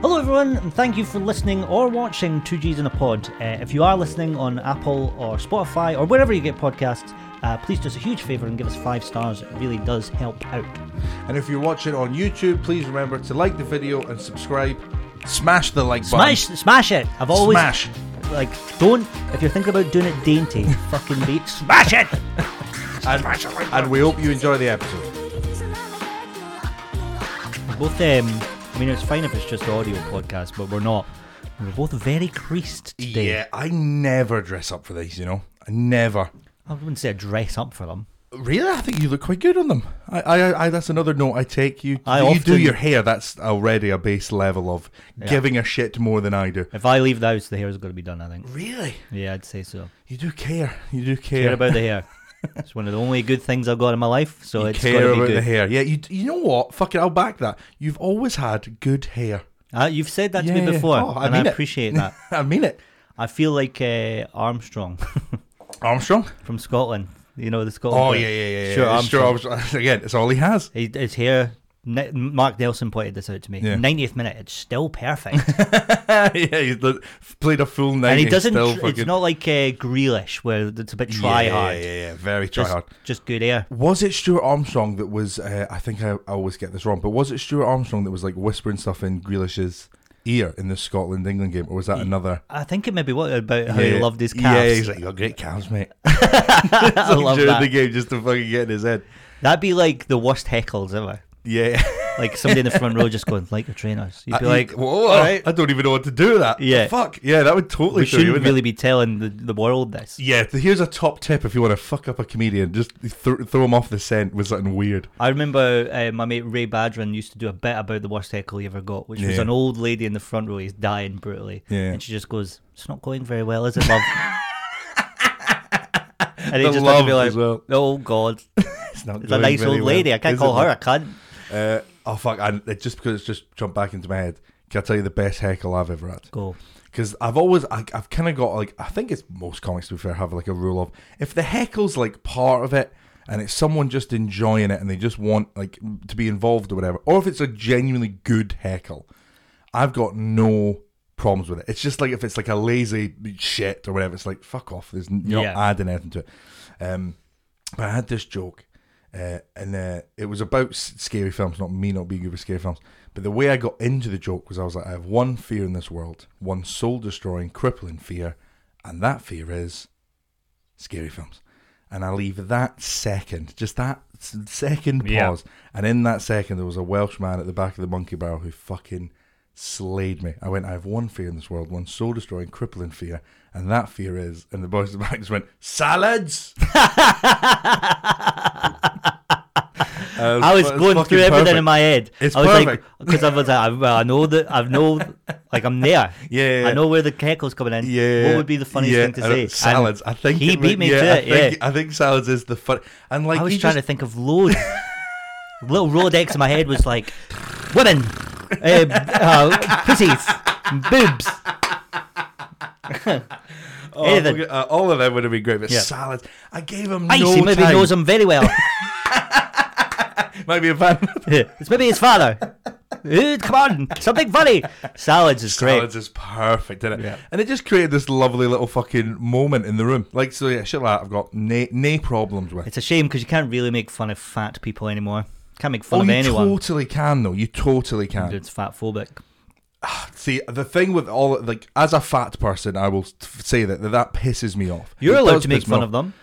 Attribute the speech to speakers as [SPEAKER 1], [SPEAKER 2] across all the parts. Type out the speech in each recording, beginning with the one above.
[SPEAKER 1] Hello, everyone, and thank you for listening or watching 2Gs in a Pod. Uh, if you are listening on Apple or Spotify or wherever you get podcasts, uh, please do us a huge favour and give us five stars. It really does help out.
[SPEAKER 2] And if you're watching on YouTube, please remember to like the video and subscribe. Smash the like
[SPEAKER 1] Smash, smash it! I've
[SPEAKER 2] button.
[SPEAKER 1] always
[SPEAKER 2] Smash.
[SPEAKER 1] like don't. If you're thinking about doing it dainty, fucking beat smash it.
[SPEAKER 2] And, and we hope you enjoy the episode.
[SPEAKER 1] Both um, I mean it's fine if it's just audio podcast, but we're not. We're both very creased today.
[SPEAKER 2] Yeah, I never dress up for these, you know. I never.
[SPEAKER 1] I wouldn't say I dress up for them.
[SPEAKER 2] Really, I think you look quite good on them. I, I, I that's another note I take. You,
[SPEAKER 1] I
[SPEAKER 2] you do
[SPEAKER 1] often-
[SPEAKER 2] your hair. That's already a base level of giving a shit more than I do.
[SPEAKER 1] If I leave the house, the hair's going to be done. I think.
[SPEAKER 2] Really,
[SPEAKER 1] Yeah, I'd say so.
[SPEAKER 2] you do care. You do care,
[SPEAKER 1] Care about the hair. It's one of the only good things I've got in my life, so
[SPEAKER 2] You
[SPEAKER 1] it's
[SPEAKER 2] care
[SPEAKER 1] gotta be
[SPEAKER 2] about the
[SPEAKER 1] good.
[SPEAKER 2] hair. Yeah, you, you know what? Fuck it, I'll back that. You've always had good hair.
[SPEAKER 1] Uh, you've said that to
[SPEAKER 2] Yeah,
[SPEAKER 1] me before,
[SPEAKER 2] oh, I
[SPEAKER 1] and I
[SPEAKER 2] mean it.
[SPEAKER 1] appreciate that.
[SPEAKER 2] I mean it.
[SPEAKER 1] I feel like uh, Armstrong
[SPEAKER 2] Armstrong.
[SPEAKER 1] from Scotland. You know the Scotland.
[SPEAKER 2] Oh
[SPEAKER 1] player.
[SPEAKER 2] yeah, yeah, yeah. yeah.
[SPEAKER 1] Sure,
[SPEAKER 2] Sure,
[SPEAKER 1] Armstrong.
[SPEAKER 2] Again, it's all he has.
[SPEAKER 1] He, his hair. Ni- Mark Nelson pointed this out to me.
[SPEAKER 2] Yeah.
[SPEAKER 1] 90th minute, it's still perfect,
[SPEAKER 2] yeah, he's the- played a full night.
[SPEAKER 1] and he doesn't.
[SPEAKER 2] Still
[SPEAKER 1] tr-
[SPEAKER 2] fucking-
[SPEAKER 1] it's not like uh, Grealish where it's a bit try
[SPEAKER 2] yeah,
[SPEAKER 1] hard.
[SPEAKER 2] Yeah, yeah, yeah, very try
[SPEAKER 1] Just,
[SPEAKER 2] hard.
[SPEAKER 1] just good air.
[SPEAKER 2] Was it Stuart Armstrong that was? Uh, I think I, I always get this wrong, but was it Stuart Armstrong that was like whispering stuff in Grealish's ear in the Scotland England game, or was that another?
[SPEAKER 1] I think it may be what about how he loved his calves.
[SPEAKER 2] Yeah, he's like, "You got great calves, mate."
[SPEAKER 1] I love
[SPEAKER 2] During the
[SPEAKER 1] that.
[SPEAKER 2] game, just to fucking get in his head.
[SPEAKER 1] That'd be like the worst heckles ever.
[SPEAKER 2] Yeah,
[SPEAKER 1] Like somebody in the front row just going like your trainers.
[SPEAKER 2] Uh,
[SPEAKER 1] You'd be like,
[SPEAKER 2] whoa, all right. I don't even know what to do with that.
[SPEAKER 1] Yeah.
[SPEAKER 2] fuck. Yeah, that would
[SPEAKER 1] we
[SPEAKER 2] totally. throw you,
[SPEAKER 1] shouldn't
[SPEAKER 2] wouldn't it?
[SPEAKER 1] really be telling the, the world this.
[SPEAKER 2] Yeah, th- here's a top tip if you want to fuck up a comedian. Just th- throw him off the scent with something weird.
[SPEAKER 1] I remember uh, my mate Ray Badran used to do a bit about the worst heckle he ever got, which was
[SPEAKER 2] Yeah.
[SPEAKER 1] an old lady in the front row. He's dying brutally,
[SPEAKER 2] Yeah.
[SPEAKER 1] and she just goes, "It's not going very well, is it, love?" and he
[SPEAKER 2] The
[SPEAKER 1] just had to be
[SPEAKER 2] love
[SPEAKER 1] like,
[SPEAKER 2] as well.
[SPEAKER 1] "Oh God,
[SPEAKER 2] It's, not
[SPEAKER 1] it's a
[SPEAKER 2] going
[SPEAKER 1] nice
[SPEAKER 2] very
[SPEAKER 1] old
[SPEAKER 2] well.
[SPEAKER 1] lady. I can't
[SPEAKER 2] Is
[SPEAKER 1] call
[SPEAKER 2] it
[SPEAKER 1] her a cunt."
[SPEAKER 2] not? Uh, oh, fuck. And it- just because it's just jumped back into my head, can I tell you the best heckle I've ever had?
[SPEAKER 1] Go.
[SPEAKER 2] Because I've always, I, I've kind of got like, I think it's most comics to be fair have like a rule of if the heckle's like part of it and it's someone just enjoying it and they just want like to be involved or whatever, or if it's a genuinely good heckle, I've got no problems with it. It's just like if it's like a lazy shit or whatever, it's like fuck off. There's n- you're
[SPEAKER 1] Yeah.
[SPEAKER 2] not adding anything to it. Um, but I had this joke, uh, and uh, it was about s- scary films, not me not being good with scary films. But the way I got into the joke was I was like, I have one fear in this world, one soul destroying, crippling fear, and that fear is scary films. And I leave that second, just that s- second pause.
[SPEAKER 1] Yeah.
[SPEAKER 2] And in that second, there was a Welsh man at the back of the monkey barrel who fucking slayed me. I went, I have one fear in this world, one soul destroying, crippling fear. And that fear is, and the boys at the back just went, Salads! Uh,
[SPEAKER 1] I was going through everything in my head.
[SPEAKER 2] It's
[SPEAKER 1] I was
[SPEAKER 2] perfect.
[SPEAKER 1] because I was like, I, well, I know that I've know, like I'm there.
[SPEAKER 2] Yeah, yeah,
[SPEAKER 1] I know where the heckle's coming in.
[SPEAKER 2] Yeah.
[SPEAKER 1] what would be the funniest
[SPEAKER 2] yeah,
[SPEAKER 1] thing to
[SPEAKER 2] I
[SPEAKER 1] say?
[SPEAKER 2] don't- Salads.
[SPEAKER 1] And
[SPEAKER 2] I think
[SPEAKER 1] he
[SPEAKER 2] it
[SPEAKER 1] beat
[SPEAKER 2] would-
[SPEAKER 1] me
[SPEAKER 2] yeah,
[SPEAKER 1] to
[SPEAKER 2] I
[SPEAKER 1] it.
[SPEAKER 2] think,
[SPEAKER 1] yeah,
[SPEAKER 2] I think salads is the fun. And like
[SPEAKER 1] I was
[SPEAKER 2] you
[SPEAKER 1] trying
[SPEAKER 2] just,
[SPEAKER 1] to think of loads. Little Rolodex in my head was like, women, uh, uh, pussies, boobs.
[SPEAKER 2] oh,
[SPEAKER 1] anything.
[SPEAKER 2] fucking- uh, all of that would have been great, but
[SPEAKER 1] Yeah.
[SPEAKER 2] salads. I gave him
[SPEAKER 1] Icy
[SPEAKER 2] no
[SPEAKER 1] maybe
[SPEAKER 2] time.
[SPEAKER 1] knows him very well.
[SPEAKER 2] Might be a fan.
[SPEAKER 1] it's maybe his father. Dude, come on, something funny. Salads is great.
[SPEAKER 2] Salads is perfect, didn't it?
[SPEAKER 1] Yeah.
[SPEAKER 2] And it just created this lovely little fucking moment in the room. Like, so yeah, shit like that I've got nay, nay problems with.
[SPEAKER 1] It's a shame because you can't really make fun of fat people anymore. Can't make fun
[SPEAKER 2] oh,
[SPEAKER 1] of
[SPEAKER 2] you
[SPEAKER 1] anyone.
[SPEAKER 2] totally can, though. You totally can.
[SPEAKER 1] It's fat phobic.
[SPEAKER 2] See, the thing with all, like, as a fat person, I will f- say that that, that pisses me off.
[SPEAKER 1] You're
[SPEAKER 2] It
[SPEAKER 1] allowed
[SPEAKER 2] does
[SPEAKER 1] to make
[SPEAKER 2] piss me
[SPEAKER 1] fun
[SPEAKER 2] off.
[SPEAKER 1] of them.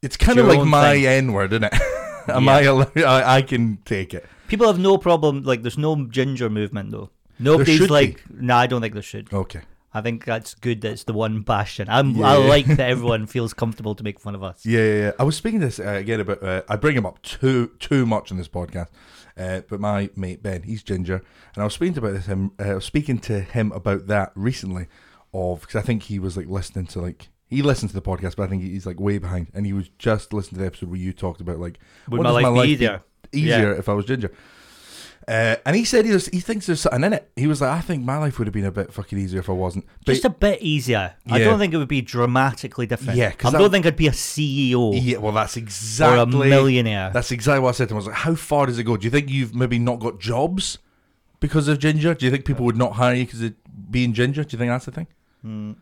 [SPEAKER 2] It's kind of
[SPEAKER 1] your
[SPEAKER 2] like
[SPEAKER 1] own
[SPEAKER 2] my
[SPEAKER 1] thing.
[SPEAKER 2] N word, isn't it? Am I allowed? I, I can take it.
[SPEAKER 1] People have no problem. Like, there's no ginger movement though. Nobody's
[SPEAKER 2] should be.
[SPEAKER 1] like, no, nah, I don't think there should.
[SPEAKER 2] Okay.
[SPEAKER 1] I think that's good. That's the one bastion. I'm, I like that everyone feels comfortable to make fun of us.
[SPEAKER 2] Yeah, yeah, yeah. I was speaking this uh, again about. Uh, I bring him up too too much in this podcast, uh, but my mate Ben, he's ginger, and I was speaking about this. Him, uh, I was speaking to him about that recently, of because I think he was like listening to like he listened to the podcast, but I think he's like way behind, and he was just listening to the episode where you talked about like
[SPEAKER 1] Would
[SPEAKER 2] what
[SPEAKER 1] my
[SPEAKER 2] does
[SPEAKER 1] life be easier?
[SPEAKER 2] easier if I was ginger. Uh, and he said he, was, he thinks there's something in it. He was like, I think my life would have been a bit fucking easier if I wasn't. But
[SPEAKER 1] Just a bit easier. I
[SPEAKER 2] Yeah.
[SPEAKER 1] don't think it would be dramatically different.
[SPEAKER 2] Yeah,
[SPEAKER 1] I
[SPEAKER 2] 'cause
[SPEAKER 1] don't
[SPEAKER 2] that-
[SPEAKER 1] think I'd be a E CEO.
[SPEAKER 2] Yeah, well, that's exactly
[SPEAKER 1] millionaire.
[SPEAKER 2] That's exactly what I said to him. I was like, "How far does it go? Do you think you've maybe not got jobs? because of ginger? Do you think people would not hire you because of being ginger? Do you think that's the thing?
[SPEAKER 1] Mm.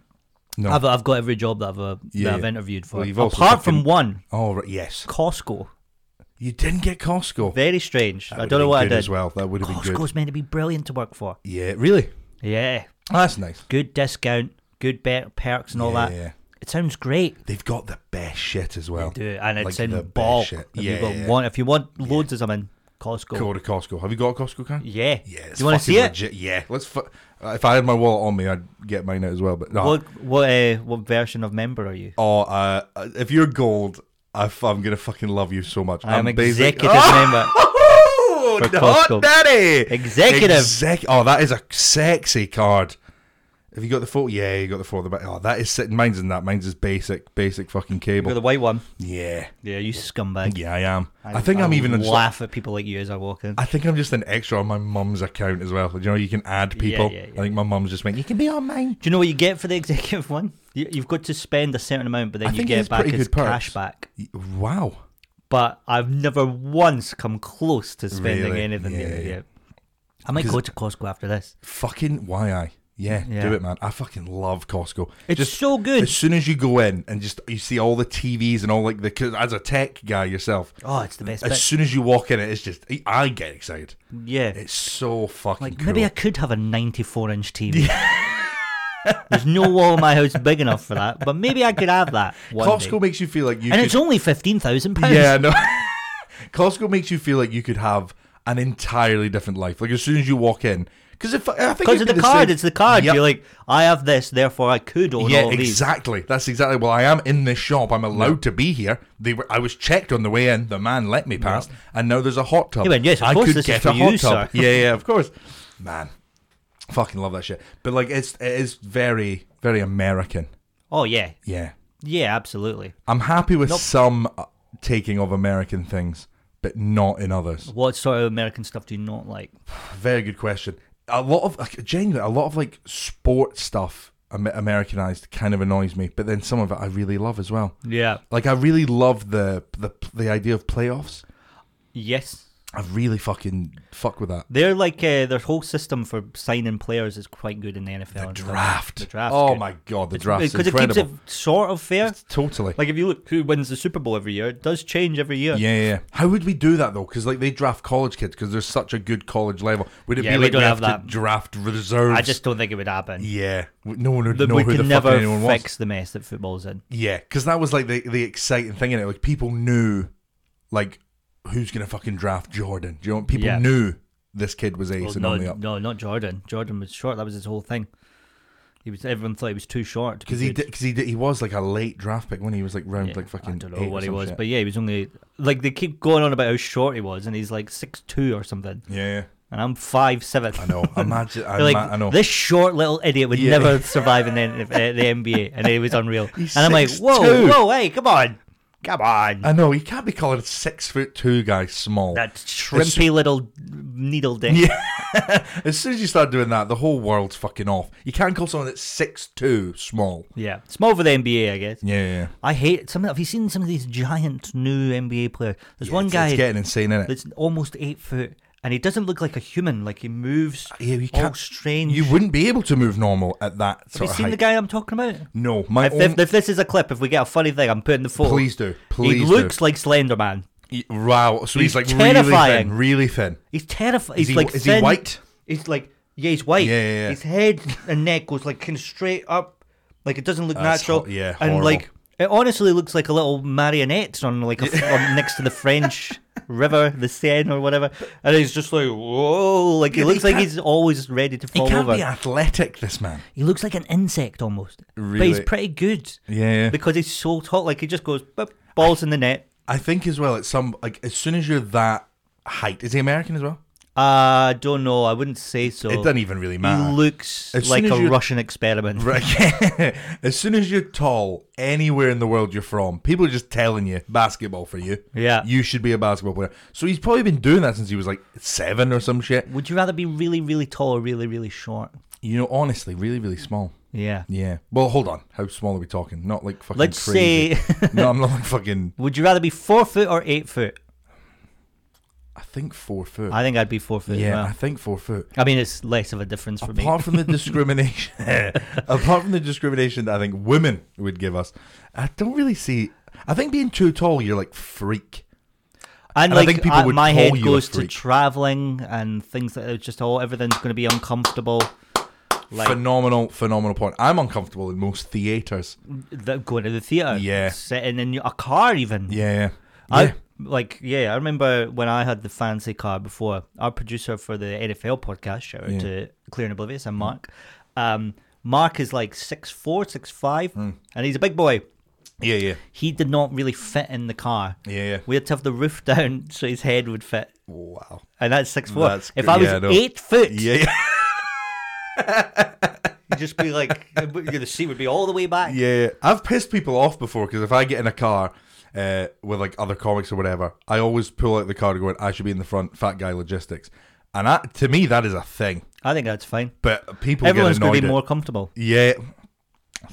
[SPEAKER 2] No.
[SPEAKER 1] I've, I've got every job that I've, uh,
[SPEAKER 2] Yeah,
[SPEAKER 1] that I've
[SPEAKER 2] yeah.
[SPEAKER 1] interviewed for.
[SPEAKER 2] Well, you've also
[SPEAKER 1] Apart from
[SPEAKER 2] fucking-
[SPEAKER 1] one,
[SPEAKER 2] oh right, yes.
[SPEAKER 1] Costco.
[SPEAKER 2] You didn't get Costco.
[SPEAKER 1] Very strange.
[SPEAKER 2] That
[SPEAKER 1] I
[SPEAKER 2] would've
[SPEAKER 1] don't know
[SPEAKER 2] been
[SPEAKER 1] what I
[SPEAKER 2] good
[SPEAKER 1] did.
[SPEAKER 2] as well. That would have been good.
[SPEAKER 1] Costco's meant to be brilliant to work for.
[SPEAKER 2] Yeah, really.
[SPEAKER 1] Yeah.
[SPEAKER 2] Oh, that's nice.
[SPEAKER 1] Good discount, good bet perks and all
[SPEAKER 2] yeah.
[SPEAKER 1] that. It sounds great.
[SPEAKER 2] They've got the best shit as well.
[SPEAKER 1] Dude, and it's
[SPEAKER 2] Like the
[SPEAKER 1] in
[SPEAKER 2] best
[SPEAKER 1] bulk.
[SPEAKER 2] shit.
[SPEAKER 1] If,
[SPEAKER 2] Yeah,
[SPEAKER 1] you got
[SPEAKER 2] yeah.
[SPEAKER 1] one, if you want loads of something, Costco.
[SPEAKER 2] Go to Costco. Have you got a Costco card?
[SPEAKER 1] Yeah.
[SPEAKER 2] Yeah, it's
[SPEAKER 1] Do you want to
[SPEAKER 2] fucking
[SPEAKER 1] see it?
[SPEAKER 2] legit. Yeah, let's. Fu- uh, if I had my wallet on me, I'd get mine out as well. But no.
[SPEAKER 1] What what uh, what version of member are you?
[SPEAKER 2] Oh, uh, if you're gold, I f- I'm gonna fucking love you so much.
[SPEAKER 1] I'm
[SPEAKER 2] basic-
[SPEAKER 1] executive member.
[SPEAKER 2] Oh,
[SPEAKER 1] For
[SPEAKER 2] hot
[SPEAKER 1] Costco.
[SPEAKER 2] daddy.
[SPEAKER 1] Executive.
[SPEAKER 2] Exec- oh, that is a sexy card. Have you got the photo? Yeah, you got the photo. But oh, that is si- mine's in that. Mine's is basic, basic fucking
[SPEAKER 1] You're the
[SPEAKER 2] cable.
[SPEAKER 1] white one.
[SPEAKER 2] Yeah,
[SPEAKER 1] Yeah, you scumbag.
[SPEAKER 2] yeah, I am. I, think I am even in.
[SPEAKER 1] laugh at people like you as I walk in.
[SPEAKER 2] I think I'm just an extra on my mum's account as well. You know, you can add people.
[SPEAKER 1] yeah, yeah.
[SPEAKER 2] I think my mum's just went. You can be on mine.
[SPEAKER 1] Do you know what you get for the executive one? You, you've got to spend a certain amount, but then
[SPEAKER 2] I
[SPEAKER 1] you
[SPEAKER 2] think
[SPEAKER 1] get
[SPEAKER 2] it's
[SPEAKER 1] back
[SPEAKER 2] pretty
[SPEAKER 1] as
[SPEAKER 2] good perks.
[SPEAKER 1] cash back.
[SPEAKER 2] Y- Wow.
[SPEAKER 1] But I've never once come close to spending
[SPEAKER 2] Really?
[SPEAKER 1] anything.
[SPEAKER 2] Yeah,
[SPEAKER 1] Yeah,
[SPEAKER 2] yeah.
[SPEAKER 1] yeah. I might
[SPEAKER 2] 'Cause-
[SPEAKER 1] go to Costco after this.
[SPEAKER 2] Fucking why I. Yeah,
[SPEAKER 1] Yeah.
[SPEAKER 2] do it, man. I fucking love Costco.
[SPEAKER 1] It's
[SPEAKER 2] just
[SPEAKER 1] so good.
[SPEAKER 2] as soon as you go in and just you see all the TVs and all like the cause as a tech guy yourself,
[SPEAKER 1] oh, it's the best
[SPEAKER 2] as
[SPEAKER 1] bit.
[SPEAKER 2] soon as you walk in, it is just I get excited.
[SPEAKER 1] Yeah.
[SPEAKER 2] It's so fucking
[SPEAKER 1] Like
[SPEAKER 2] cool.
[SPEAKER 1] maybe I could have a 94 inch TV. There's no wall in my house big enough for that, but maybe I could have that. One
[SPEAKER 2] Costco
[SPEAKER 1] day.
[SPEAKER 2] makes you feel like you.
[SPEAKER 1] and
[SPEAKER 2] could,
[SPEAKER 1] it's only fifteen thousand pounds.
[SPEAKER 2] yeah, no. Costco makes you feel like you could have an entirely different life. Like as soon as you walk in, because if I think
[SPEAKER 1] because
[SPEAKER 2] it'd
[SPEAKER 1] of
[SPEAKER 2] be
[SPEAKER 1] the, card.
[SPEAKER 2] same-
[SPEAKER 1] It's the card.
[SPEAKER 2] Yep.
[SPEAKER 1] You're like, I have this, therefore I could own
[SPEAKER 2] yeah,
[SPEAKER 1] all of these.
[SPEAKER 2] exactly. That's exactly. Well, I am in this shop. I'm allowed to be here. They were. I was checked on the way in. The man let me past, and now there's a hot tub.
[SPEAKER 1] He went, "Yes, of
[SPEAKER 2] I
[SPEAKER 1] course
[SPEAKER 2] could
[SPEAKER 1] this is
[SPEAKER 2] get
[SPEAKER 1] for
[SPEAKER 2] a
[SPEAKER 1] you,
[SPEAKER 2] hot tub.
[SPEAKER 1] sir.
[SPEAKER 2] Yeah, yeah, of course. Man, fucking love that shit. But like, it's it is very very American.
[SPEAKER 1] Oh yeah,
[SPEAKER 2] Yeah,
[SPEAKER 1] yeah, absolutely.
[SPEAKER 2] I'm happy with some uh, taking of American things, but not in others.
[SPEAKER 1] What sort of American stuff do you not like?
[SPEAKER 2] Very good question. A lot of like, genuinely, a lot of like sport stuff. Am- Americanized kind of annoys me, but then some of it I really love as well.
[SPEAKER 1] Yeah.
[SPEAKER 2] Like I really love the the the idea of playoffs.
[SPEAKER 1] Yes.
[SPEAKER 2] I really fucking fuck with that.
[SPEAKER 1] They're like uh, their whole system for signing players is quite good in Oh, the NFL.
[SPEAKER 2] The
[SPEAKER 1] and stuff.
[SPEAKER 2] draft.
[SPEAKER 1] The draft.
[SPEAKER 2] oh
[SPEAKER 1] good.
[SPEAKER 2] my god, the draft is
[SPEAKER 1] because it keeps
[SPEAKER 2] incredible.
[SPEAKER 1] it sort of fair.
[SPEAKER 2] totally.
[SPEAKER 1] Like if you look who wins the Super Bowl every year, it does change every year.
[SPEAKER 2] yeah, yeah, yeah. uh, How would we do that though? Because like they draft college kids because there's such a good college level. Would it
[SPEAKER 1] Yeah,
[SPEAKER 2] be
[SPEAKER 1] we
[SPEAKER 2] like
[SPEAKER 1] don't
[SPEAKER 2] we
[SPEAKER 1] have
[SPEAKER 2] have,
[SPEAKER 1] that.
[SPEAKER 2] to draft reserves?
[SPEAKER 1] I just don't think it would happen.
[SPEAKER 2] yeah, W- no one would
[SPEAKER 1] That
[SPEAKER 2] know
[SPEAKER 1] we
[SPEAKER 2] who the
[SPEAKER 1] can
[SPEAKER 2] fuck
[SPEAKER 1] never
[SPEAKER 2] anyone
[SPEAKER 1] fix
[SPEAKER 2] was.
[SPEAKER 1] the mess that football's in.
[SPEAKER 2] Yeah, because that was like the the exciting thing in it. Like people knew, like who's gonna fucking draft Jordan? Do you know? People
[SPEAKER 1] Yeah.
[SPEAKER 2] knew this kid was ace
[SPEAKER 1] Well,
[SPEAKER 2] and
[SPEAKER 1] no,
[SPEAKER 2] on the up
[SPEAKER 1] no, not Jordan. Jordan was short. That was his whole thing. He was. Everyone thought he was too short. to be
[SPEAKER 2] Because he
[SPEAKER 1] good.
[SPEAKER 2] because he did, he was like a late draft pick when he was like round
[SPEAKER 1] Yeah,
[SPEAKER 2] like fucking.
[SPEAKER 1] I don't know
[SPEAKER 2] eight
[SPEAKER 1] what
[SPEAKER 2] or
[SPEAKER 1] he
[SPEAKER 2] some
[SPEAKER 1] was,
[SPEAKER 2] shit.
[SPEAKER 1] but yeah, he was only like they keep going on about how short he was, and he's like six two or something,
[SPEAKER 2] yeah,
[SPEAKER 1] and I'm five seven.
[SPEAKER 2] I know. Imagine, I,
[SPEAKER 1] They're like,
[SPEAKER 2] ma- I know.
[SPEAKER 1] this short little idiot would
[SPEAKER 2] Yeah.
[SPEAKER 1] never survive in the, uh, the NBA, and it was unreal.
[SPEAKER 2] He's
[SPEAKER 1] and I'm like, whoa,
[SPEAKER 2] 6'2".
[SPEAKER 1] whoa, hey, come on, come on,
[SPEAKER 2] I know. You can't be calling a six foot two guy small.
[SPEAKER 1] that shrimpy little needle dick.
[SPEAKER 2] as soon as you start doing that, the whole world's fucking off. You can't call someone that's six two small.
[SPEAKER 1] Yeah, small for the NBA, I guess.
[SPEAKER 2] Yeah, yeah.
[SPEAKER 1] I hate some. of- Have you seen some of these giant new NBA players? There's
[SPEAKER 2] Yeah,
[SPEAKER 1] one
[SPEAKER 2] it's,
[SPEAKER 1] guy
[SPEAKER 2] It's getting insane, is it?
[SPEAKER 1] that's almost eight foot, and he doesn't look like a human. Like he moves
[SPEAKER 2] Uh, Yeah, you
[SPEAKER 1] all
[SPEAKER 2] can't.
[SPEAKER 1] strange.
[SPEAKER 2] You wouldn't be able to move normal at that
[SPEAKER 1] have you
[SPEAKER 2] sort
[SPEAKER 1] seen
[SPEAKER 2] of height.
[SPEAKER 1] the guy I'm talking about?
[SPEAKER 2] No, my
[SPEAKER 1] If,
[SPEAKER 2] own,
[SPEAKER 1] if, if this is a clip, if we get a funny thing, I'm putting the photo.
[SPEAKER 2] please do. Please
[SPEAKER 1] he looks like Slender Man.
[SPEAKER 2] do. Y- Wow. So he's,
[SPEAKER 1] He's
[SPEAKER 2] like
[SPEAKER 1] terrifying.
[SPEAKER 2] really thin. Really thin.
[SPEAKER 1] He's terrifying.
[SPEAKER 2] Is
[SPEAKER 1] He's
[SPEAKER 2] he
[SPEAKER 1] like
[SPEAKER 2] is
[SPEAKER 1] thin.
[SPEAKER 2] he white?
[SPEAKER 1] He's like yeah, he's white.
[SPEAKER 2] Yeah, yeah, yeah.
[SPEAKER 1] His head and neck goes like kind of straight up, like it doesn't look
[SPEAKER 2] That's
[SPEAKER 1] natural.
[SPEAKER 2] hor- yeah,
[SPEAKER 1] and
[SPEAKER 2] horrible.
[SPEAKER 1] like it honestly looks like a little marionette on like a f on, next to the French river, the Seine or whatever. And he's just like whoa, like he
[SPEAKER 2] Yeah, but
[SPEAKER 1] looks
[SPEAKER 2] he
[SPEAKER 1] like
[SPEAKER 2] can't-
[SPEAKER 1] he's always ready to
[SPEAKER 2] He
[SPEAKER 1] fall
[SPEAKER 2] can't
[SPEAKER 1] over.
[SPEAKER 2] be athletic. This man.
[SPEAKER 1] He looks like an insect almost. But he's
[SPEAKER 2] Really?
[SPEAKER 1] pretty good
[SPEAKER 2] Yeah.
[SPEAKER 1] because he's so tall. Like he just goes boop, balls in the net.
[SPEAKER 2] I think as well. It's some like as soon as you're that height, is he American as well?
[SPEAKER 1] I Uh, don't know. I wouldn't say so.
[SPEAKER 2] It doesn't even really
[SPEAKER 1] he
[SPEAKER 2] matter.
[SPEAKER 1] looks
[SPEAKER 2] As
[SPEAKER 1] like
[SPEAKER 2] soon as
[SPEAKER 1] a
[SPEAKER 2] you-
[SPEAKER 1] Russian experiment.
[SPEAKER 2] Right. as soon as you're tall, anywhere in the world you're from, people are just telling you basketball for you.
[SPEAKER 1] Yeah.
[SPEAKER 2] you should be a basketball player. So he's probably been doing that since he was like seven or some shit.
[SPEAKER 1] Would you rather be really, really tall or really, really short?
[SPEAKER 2] You know, honestly, really, really small.
[SPEAKER 1] Yeah.
[SPEAKER 2] Yeah. Well, hold on. How small are we talking? Not like fucking.
[SPEAKER 1] Let's
[SPEAKER 2] crazy.
[SPEAKER 1] say,
[SPEAKER 2] no, I'm not like fucking.
[SPEAKER 1] would you rather be four foot or eight foot?
[SPEAKER 2] I think four foot.
[SPEAKER 1] I think I'd be four foot.
[SPEAKER 2] yeah,
[SPEAKER 1] Yeah.
[SPEAKER 2] I think four foot.
[SPEAKER 1] I mean, it's less of a difference for me.
[SPEAKER 2] Apart from the discrimination, apart from the discrimination that I think women would give us, I don't really see. I think being too tall, you're like freak.
[SPEAKER 1] And,
[SPEAKER 2] And I
[SPEAKER 1] like,
[SPEAKER 2] think people
[SPEAKER 1] I-
[SPEAKER 2] would
[SPEAKER 1] my
[SPEAKER 2] call
[SPEAKER 1] head
[SPEAKER 2] you a
[SPEAKER 1] goes to
[SPEAKER 2] freak.
[SPEAKER 1] traveling and things like that. It's just all everything's going to be uncomfortable. Like
[SPEAKER 2] phenomenal, phenomenal point. I'm uncomfortable in most theaters.
[SPEAKER 1] Mm. the, going to the theater,
[SPEAKER 2] Yeah.
[SPEAKER 1] sitting in a car, even.
[SPEAKER 2] Yeah, yeah.
[SPEAKER 1] I
[SPEAKER 2] Yeah.
[SPEAKER 1] like yeah. I remember when I had the fancy car before. Our producer for the NFL podcast, shout out
[SPEAKER 2] Yeah.
[SPEAKER 1] to Clear and Oblivious, and Mark. Um, Mark is like six four, six five,
[SPEAKER 2] Hmm.
[SPEAKER 1] and he's a big boy.
[SPEAKER 2] yeah, yeah,
[SPEAKER 1] He did not really fit in the car.
[SPEAKER 2] yeah, yeah.
[SPEAKER 1] We had to have the roof down so his head would fit,
[SPEAKER 2] Wow.
[SPEAKER 1] and that's six four.
[SPEAKER 2] That's
[SPEAKER 1] if
[SPEAKER 2] good.
[SPEAKER 1] I was
[SPEAKER 2] Yeah, I know.
[SPEAKER 1] eight foot,
[SPEAKER 2] Yeah, yeah,
[SPEAKER 1] you'd just be like, the seat would be all the way back.
[SPEAKER 2] yeah. yeah. I've pissed people off before because if I get in a car uh, with like other comics or whatever, I always pull out the card and going, "I should be in the front, fat guy logistics," and that, to me that is a thing.
[SPEAKER 1] I think that's fine.
[SPEAKER 2] But people
[SPEAKER 1] Everyone's
[SPEAKER 2] get
[SPEAKER 1] going
[SPEAKER 2] annoyed.
[SPEAKER 1] to be
[SPEAKER 2] at-
[SPEAKER 1] more comfortable.
[SPEAKER 2] Yeah.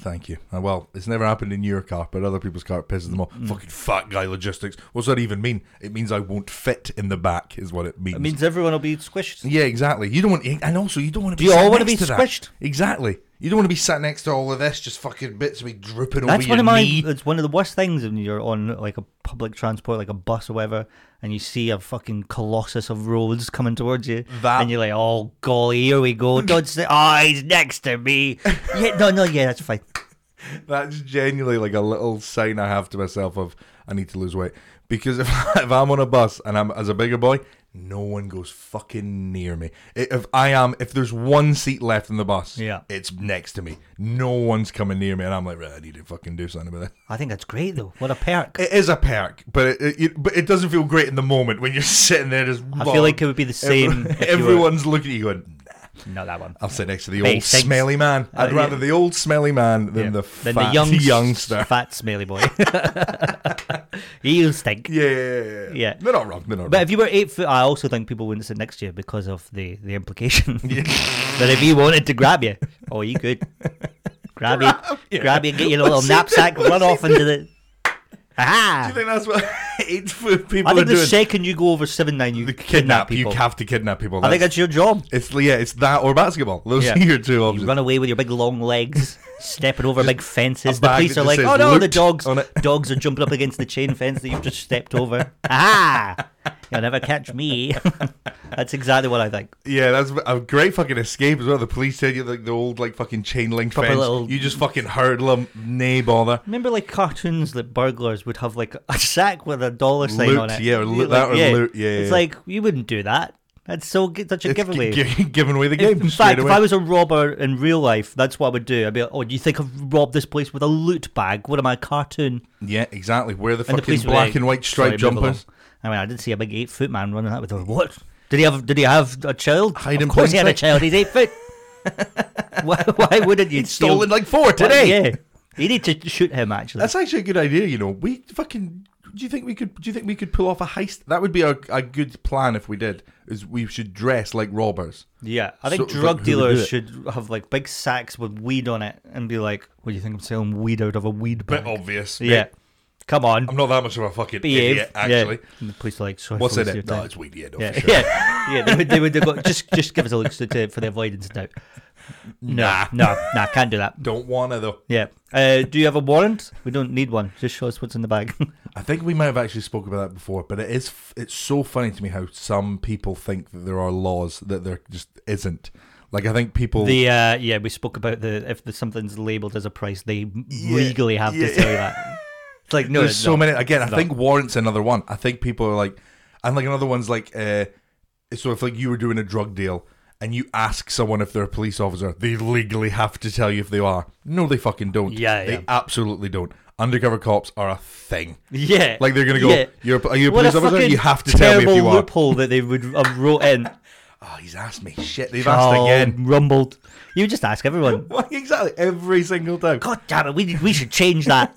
[SPEAKER 2] Thank you. Uh, well, it's never happened in your car, but other people's car it pisses them off.
[SPEAKER 1] Mm.
[SPEAKER 2] Fucking fat guy logistics. What's that even mean? It means I won't fit in the back, is what it means.
[SPEAKER 1] It means everyone will be squished.
[SPEAKER 2] yeah, exactly. You don't want, and also you don't want to.
[SPEAKER 1] you
[SPEAKER 2] be sat
[SPEAKER 1] all wanna
[SPEAKER 2] next
[SPEAKER 1] be
[SPEAKER 2] to that.
[SPEAKER 1] squished?
[SPEAKER 2] Exactly. You don't want to be sat next to all of this, just fucking bits of me dripping
[SPEAKER 1] That's
[SPEAKER 2] over
[SPEAKER 1] one
[SPEAKER 2] your
[SPEAKER 1] of my.
[SPEAKER 2] knee.
[SPEAKER 1] It's one of the worst things when you're on like a public transport, like a bus or whatever, and you see a fucking colossus of roads coming towards you,
[SPEAKER 2] That-
[SPEAKER 1] and you're like, "Oh golly, here we go!" Don't say, "Oh, he's next to me." yeah, no, no, yeah, that's fine.
[SPEAKER 2] That's genuinely like a little sign I have to myself of I need to lose weight because if, if I'm on a bus and I'm as a bigger boy, no one goes fucking near me. I- If I am, if there's one seat left in the bus,
[SPEAKER 1] Yeah.
[SPEAKER 2] it's next to me. No one's coming near me, and I'm like, right, I need to fucking do something about that.
[SPEAKER 1] I think that's great though. What a perk!
[SPEAKER 2] It is a perk, but it, it, it- but it doesn't feel great in the moment when you're sitting there just.
[SPEAKER 1] I feel like it would be the same. if you were-
[SPEAKER 2] everyone's looking at you going. Nah.
[SPEAKER 1] not that one.
[SPEAKER 2] I'll sit next to the
[SPEAKER 1] Mate,
[SPEAKER 2] old
[SPEAKER 1] thanks.
[SPEAKER 2] smelly man. I'd
[SPEAKER 1] Uh, yeah.
[SPEAKER 2] rather the old smelly man than
[SPEAKER 1] Yeah.
[SPEAKER 2] the
[SPEAKER 1] Then
[SPEAKER 2] fat
[SPEAKER 1] the young,
[SPEAKER 2] youngster.
[SPEAKER 1] fat smelly boy. He'll stink.
[SPEAKER 2] Yeah, yeah, yeah, yeah.
[SPEAKER 1] Yeah.
[SPEAKER 2] They're not wrong. They're not
[SPEAKER 1] But
[SPEAKER 2] wrong.
[SPEAKER 1] if you were eight foot, I also think people wouldn't sit next to you because of the the implication that if he wanted to grab you, oh, he could grab you,
[SPEAKER 2] you.
[SPEAKER 1] grab you, get your little knapsack, run off into the.
[SPEAKER 2] Do
[SPEAKER 1] Aha!
[SPEAKER 2] you think that's what eight foot people
[SPEAKER 1] I think
[SPEAKER 2] are
[SPEAKER 1] the
[SPEAKER 2] doing?
[SPEAKER 1] second you go over seven nine, you
[SPEAKER 2] The
[SPEAKER 1] kidnap,
[SPEAKER 2] kidnap. You
[SPEAKER 1] people.
[SPEAKER 2] have to kidnap people.
[SPEAKER 1] I think
[SPEAKER 2] That's-
[SPEAKER 1] that's your job.
[SPEAKER 2] it's yeah, it's that or basketball. Those
[SPEAKER 1] Yeah.
[SPEAKER 2] are your two options.
[SPEAKER 1] You run away with your big long legs, stepping over big fences.
[SPEAKER 2] a
[SPEAKER 1] The
[SPEAKER 2] bag
[SPEAKER 1] police
[SPEAKER 2] that
[SPEAKER 1] are
[SPEAKER 2] just
[SPEAKER 1] like,
[SPEAKER 2] says
[SPEAKER 1] "Oh no, the
[SPEAKER 2] loot
[SPEAKER 1] dogs!
[SPEAKER 2] on it."
[SPEAKER 1] Dogs are jumping up against the chain fence that you've just stepped over. Aha! You'll never catch me." that's exactly what I think.
[SPEAKER 2] yeah, that's a great fucking escape as well. The police said you like the old like fucking chain link
[SPEAKER 1] Proper
[SPEAKER 2] fence.
[SPEAKER 1] little-
[SPEAKER 2] You just fucking hurdle them. Nay bother.
[SPEAKER 1] Remember, like cartoons that burglars would have like a sack with a dollar sign on
[SPEAKER 2] Loot,
[SPEAKER 1] it.
[SPEAKER 2] yeah, or
[SPEAKER 1] You-
[SPEAKER 2] loot- that or loot, yeah,
[SPEAKER 1] It's
[SPEAKER 2] yeah.
[SPEAKER 1] like you wouldn't do that. That's so g- such a
[SPEAKER 2] It's
[SPEAKER 1] giveaway.
[SPEAKER 2] gi- gi- giving away the game.
[SPEAKER 1] in
[SPEAKER 2] straight
[SPEAKER 1] fact,
[SPEAKER 2] away.
[SPEAKER 1] if I was a robber in real life, that's what I would do. I'd be like, "Oh, do you think I've robbed this place with a loot bag? What am I, a cartoon?"
[SPEAKER 2] yeah, exactly. Wear the
[SPEAKER 1] And the
[SPEAKER 2] fucking
[SPEAKER 1] police were
[SPEAKER 2] black
[SPEAKER 1] like,
[SPEAKER 2] and white striped
[SPEAKER 1] "Sorry, move
[SPEAKER 2] jumpers.
[SPEAKER 1] along." I mean, I did see a big eight foot man running out with a what? Did he have? Did he have a child?
[SPEAKER 2] Hide
[SPEAKER 1] of
[SPEAKER 2] in
[SPEAKER 1] course, he
[SPEAKER 2] plain
[SPEAKER 1] had a
[SPEAKER 2] sight.
[SPEAKER 1] child. He's eight foot. why, why wouldn't you? steal-
[SPEAKER 2] Stolen like four today.
[SPEAKER 1] Yeah, you need to shoot him. Actually,
[SPEAKER 2] That's actually a good idea, you know. We fucking. Do you think we could? Do you think we could pull off a heist? That would be a, a good plan if we did. Is we should dress like robbers.
[SPEAKER 1] Yeah, I think
[SPEAKER 2] So,
[SPEAKER 1] drug
[SPEAKER 2] like, who would do
[SPEAKER 1] dealers
[SPEAKER 2] it?
[SPEAKER 1] should have like big sacks with weed on it and be like, "What do you think I'm selling weed out of a weed bag?"
[SPEAKER 2] obvious.
[SPEAKER 1] yeah, come on,
[SPEAKER 2] I'm not that much of a fucking
[SPEAKER 1] behave.
[SPEAKER 2] idiot, actually.
[SPEAKER 1] yeah. and the police are like, "Sorry,
[SPEAKER 2] What's
[SPEAKER 1] for
[SPEAKER 2] in
[SPEAKER 1] wasting
[SPEAKER 2] it?
[SPEAKER 1] your
[SPEAKER 2] No,
[SPEAKER 1] time."
[SPEAKER 2] it's weed. Yeah, no,
[SPEAKER 1] yeah,
[SPEAKER 2] for sure.
[SPEAKER 1] yeah, yeah. They would, they would have got, just just give us a look so to, for the avoidance of doubt. No, no, no, can't do that.
[SPEAKER 2] Don't wanna though.
[SPEAKER 1] Yeah. Uh, do you have a warrant? We don't need one. Just show us what's in the bag.
[SPEAKER 2] I think we might have actually spoken about that before, but it is f- it's so funny to me how some people think that there are laws that there just isn't. Like I think people
[SPEAKER 1] the uh, yeah, we spoke about the if the, something's labeled as a price, they
[SPEAKER 2] Yeah,
[SPEAKER 1] legally have
[SPEAKER 2] yeah.
[SPEAKER 1] to tell you that. It's like no,
[SPEAKER 2] There's so
[SPEAKER 1] no.
[SPEAKER 2] many. Again, I
[SPEAKER 1] No.
[SPEAKER 2] think warrants another one. I think people are like, and like another one's like, uh, so if like you were doing a drug deal and you ask someone if they're a police officer, they legally have to tell you if they are. No, they fucking don't.
[SPEAKER 1] Yeah,
[SPEAKER 2] they
[SPEAKER 1] yeah.
[SPEAKER 2] absolutely don't. Undercover cops are a thing.
[SPEAKER 1] Yeah,
[SPEAKER 2] Like they're gonna go,
[SPEAKER 1] Yeah.
[SPEAKER 2] you're a, are you a
[SPEAKER 1] What
[SPEAKER 2] police
[SPEAKER 1] a
[SPEAKER 2] officer?
[SPEAKER 1] fucking
[SPEAKER 2] You have to tell me if
[SPEAKER 1] terrible
[SPEAKER 2] you are.
[SPEAKER 1] loophole that they would have wrote in.
[SPEAKER 2] Oh, he's asked me. Shit, they've asked
[SPEAKER 1] Oh,
[SPEAKER 2] again.
[SPEAKER 1] Rumbled. You just ask everyone.
[SPEAKER 2] Why exactly every single time.
[SPEAKER 1] God damn it, we we should change that.